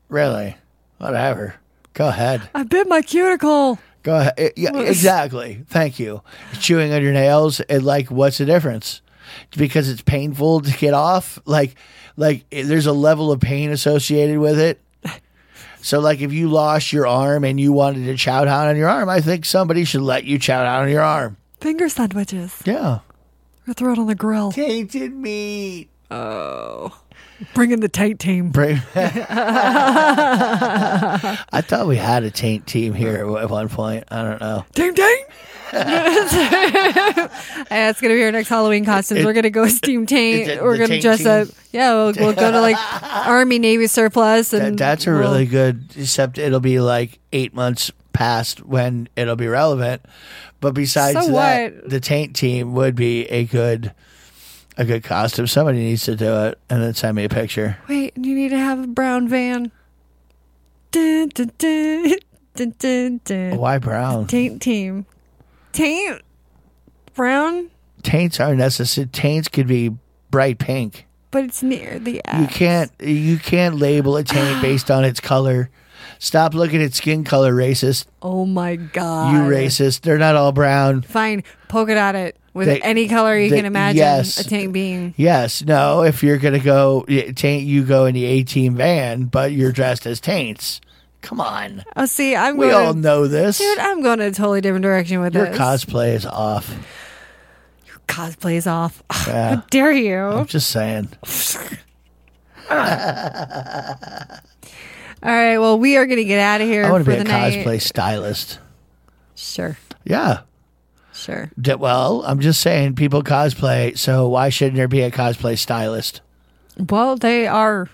S8: really, whatever. Go ahead.
S7: I bit my cuticle.
S8: Go ahead. Eh, Yeah, exactly. Thank you. Chewing on your nails and like, what's the difference? Because it's painful to get off. Like, like eh, there's a level of pain associated with it. So, like, if you lost your arm and you wanted to chow down on your arm, I think somebody should let you chow down on your arm.
S7: Finger sandwiches.
S8: Yeah.
S7: Or throw it on the grill.
S8: Tainted meat.
S7: Oh. Bring in the tight team.
S8: Bra- I thought we had a taint team here at one point. I don't know.
S7: Ding ding. That's gonna be our next Halloween costumes.
S8: It-
S7: We're gonna go as Team Taint.
S8: it-
S7: We're
S8: the
S7: gonna
S8: Taint
S7: dress
S8: team.
S7: up. Yeah, we'll, we'll go to like Army Navy surplus
S8: That-
S7: and
S8: that's a
S7: Mm, we'll-
S8: really good except it'll be like eight months past when it'll be relevant but besides
S7: So
S8: that
S7: what?
S8: the taint team would be a good a good costume somebody needs to do it and then send me a picture
S7: Wait, you need to have a brown van. Dun, dun, dun, dun, dun, dun.
S8: why brown
S7: Taint team. Taint brown
S8: taints aren't necessary. Taints could be bright pink.
S7: but it's near the
S8: You
S7: ass.
S8: can't you can't label a taint based on its color. Stop looking at skin color, racist.
S7: Oh my god!
S8: You racist. They're not all brown.
S7: Fine, polka dot it with
S8: They-
S7: any color you
S8: they-
S7: can imagine.
S8: yes.
S7: a tank being.
S8: Yes, no. If you're gonna go y- taint, you go in the eighteen van, but you're dressed as taints. Come on,
S7: Oh, see, I'm.
S8: we
S7: going
S8: all know this.
S7: dude. I'm going in a totally different direction with
S8: Your
S7: this.
S8: cosplay is off.
S7: Cosplay's off.
S8: Yeah.
S7: How dare you?
S8: I'm just saying.
S7: All right, well, we are going to get out of here
S8: I want
S7: for
S8: to be
S7: the
S8: a
S7: night.
S8: cosplay stylist.
S7: Sure,
S8: Yeah.
S7: sure.
S8: D- Well, I'm just saying people cosplay, so why shouldn't there be a cosplay stylist?
S7: Well, they are.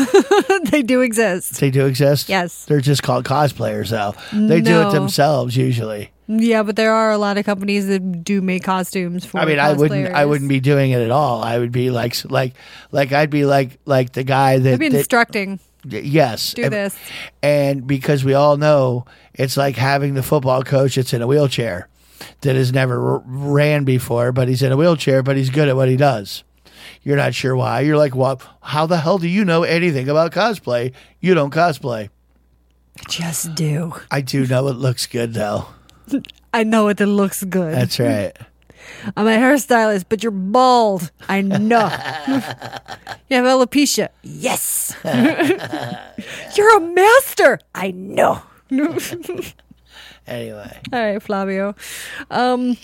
S7: they do exist.
S8: They do exist.
S7: Yes.
S8: They're just called cosplayers, though. They do
S7: No.
S8: it themselves usually.
S7: Yeah, but there are a lot of companies that do make costumes for.
S8: I mean, I wouldn't. I
S7: cosplayers.
S8: wouldn't be doing it at all. I would be like, s- like, like I'd be like, like the guy that.
S7: I'd be
S8: that-
S7: instructing.
S8: y- yes.
S7: Do
S8: and,
S7: this.
S8: And because we all know, it's like having the football coach that's in a wheelchair, that has never r- ran before, but he's in a wheelchair, but he's good at what he does. You're not sure why. You're like, what? How the hell do you know anything about cosplay? You don't cosplay.
S7: Just do.
S8: I do know it looks good though.
S7: I know it. That looks good.
S8: That's right.
S7: I'm a hairstylist, but you're bald. I know. you have alopecia. Yes. you're a master. I know.
S8: Anyway.
S7: All right, Flavio. Um,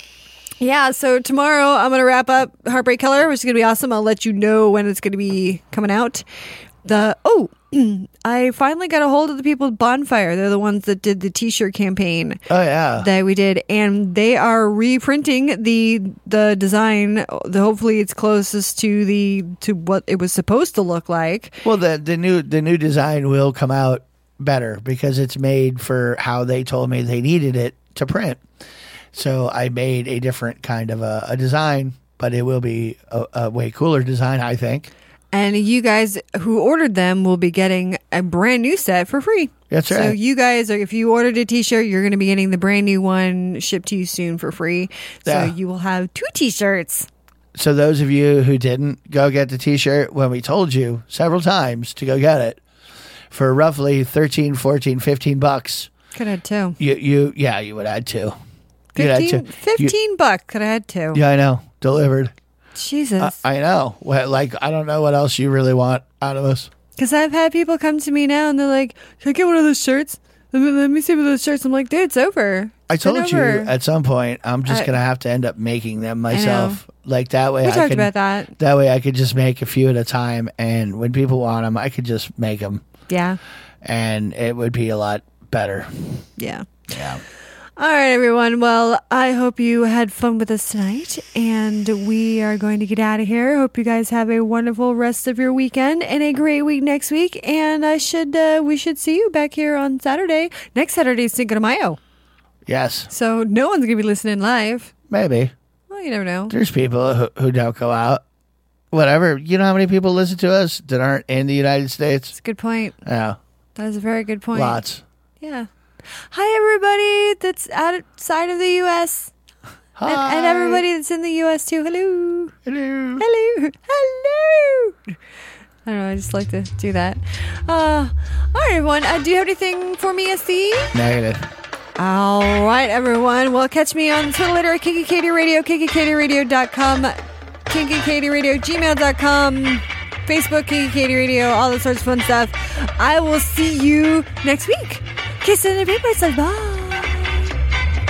S7: yeah, so tomorrow I'm going to wrap up Heartbreak Killer, which is going to be awesome. I'll let you know when it's going to be coming out. The oh, I finally got a hold of the people at Bonfire. They're the ones that did the T-shirt campaign
S8: Oh yeah.
S7: that we did, and they are reprinting the the design. The, hopefully, it's closest to the to what it was supposed to look like.
S8: Well, the the new the new design will come out better because it's made for how they told me they needed it to print. So I made a different kind of a, a design, but it will be a, a way cooler design, I think.
S7: And you guys who ordered them will be getting a brand new set for free.
S8: That's
S7: So
S8: right.
S7: you guys, are, if you ordered a T-shirt, you're going to be getting the brand new one shipped to you soon for free.
S8: Yeah.
S7: So you will have two T-shirts.
S8: So those of you who didn't go get the T-shirt when we told you several times to go get it for roughly 13, 14, 15 bucks,
S7: Could have had two.
S8: you you yeah you would add two. You'd add
S7: 15,
S8: two.
S7: 15 bucks. Could have had two.
S8: You- yeah, I know. Delivered.
S7: Jesus.
S8: I, I know. Well, Like I don't know what else you really want out of us.
S7: Because I've had people come to me now and they're like, "Can I get one of those shirts? Let me, let me see one of those shirts." I'm like, "Dude, it's over."
S8: I
S7: It's been
S8: told you uh,
S7: over."
S8: at some point I'm just
S7: I-
S8: gonna have to end up making them myself. Like that way
S7: We
S8: I
S7: talked
S8: can,
S7: about that.
S8: That way I could just make a few at a time, and when people want them, I could just make them,
S7: yeah,
S8: and it would be a lot better.
S7: yeah, yeah. All right, everyone. Well, I hope you had fun with us tonight, and we are going to get out of here. Hope you guys have a wonderful rest of your weekend and a great week next week. And I should, uh, we should see you back here on Saturday. Next Saturday is Cinco de Mayo,
S8: Yes,
S7: so no one's gonna be listening live.
S8: maybe
S7: Well, you never know.
S8: there's people who, who don't go out. Whatever. You know how many people listen to us that aren't in the United States?
S7: It's a good point.
S8: Yeah,
S7: That is a very good point.
S8: lots.
S7: Yeah. Hi, everybody that's outside of the U.S. And,
S8: Hi.
S7: and everybody that's in the U.S. too. Hello.
S8: Hello.
S7: Hello. Hello. I don't know. I just like to do that. Uh, all right, everyone. Uh, do you have anything for me, SD?
S8: Negative.
S7: All right, everyone. Well, catch me on Twitter later at Kinky Katie Radio, KinkyKatieRadio.com, KinkyKatieRadio, gmail.com, Facebook, Kinky Katie Radio, all that sorts of fun stuff. I will see you next week. Kiss and repeat myself. Bye.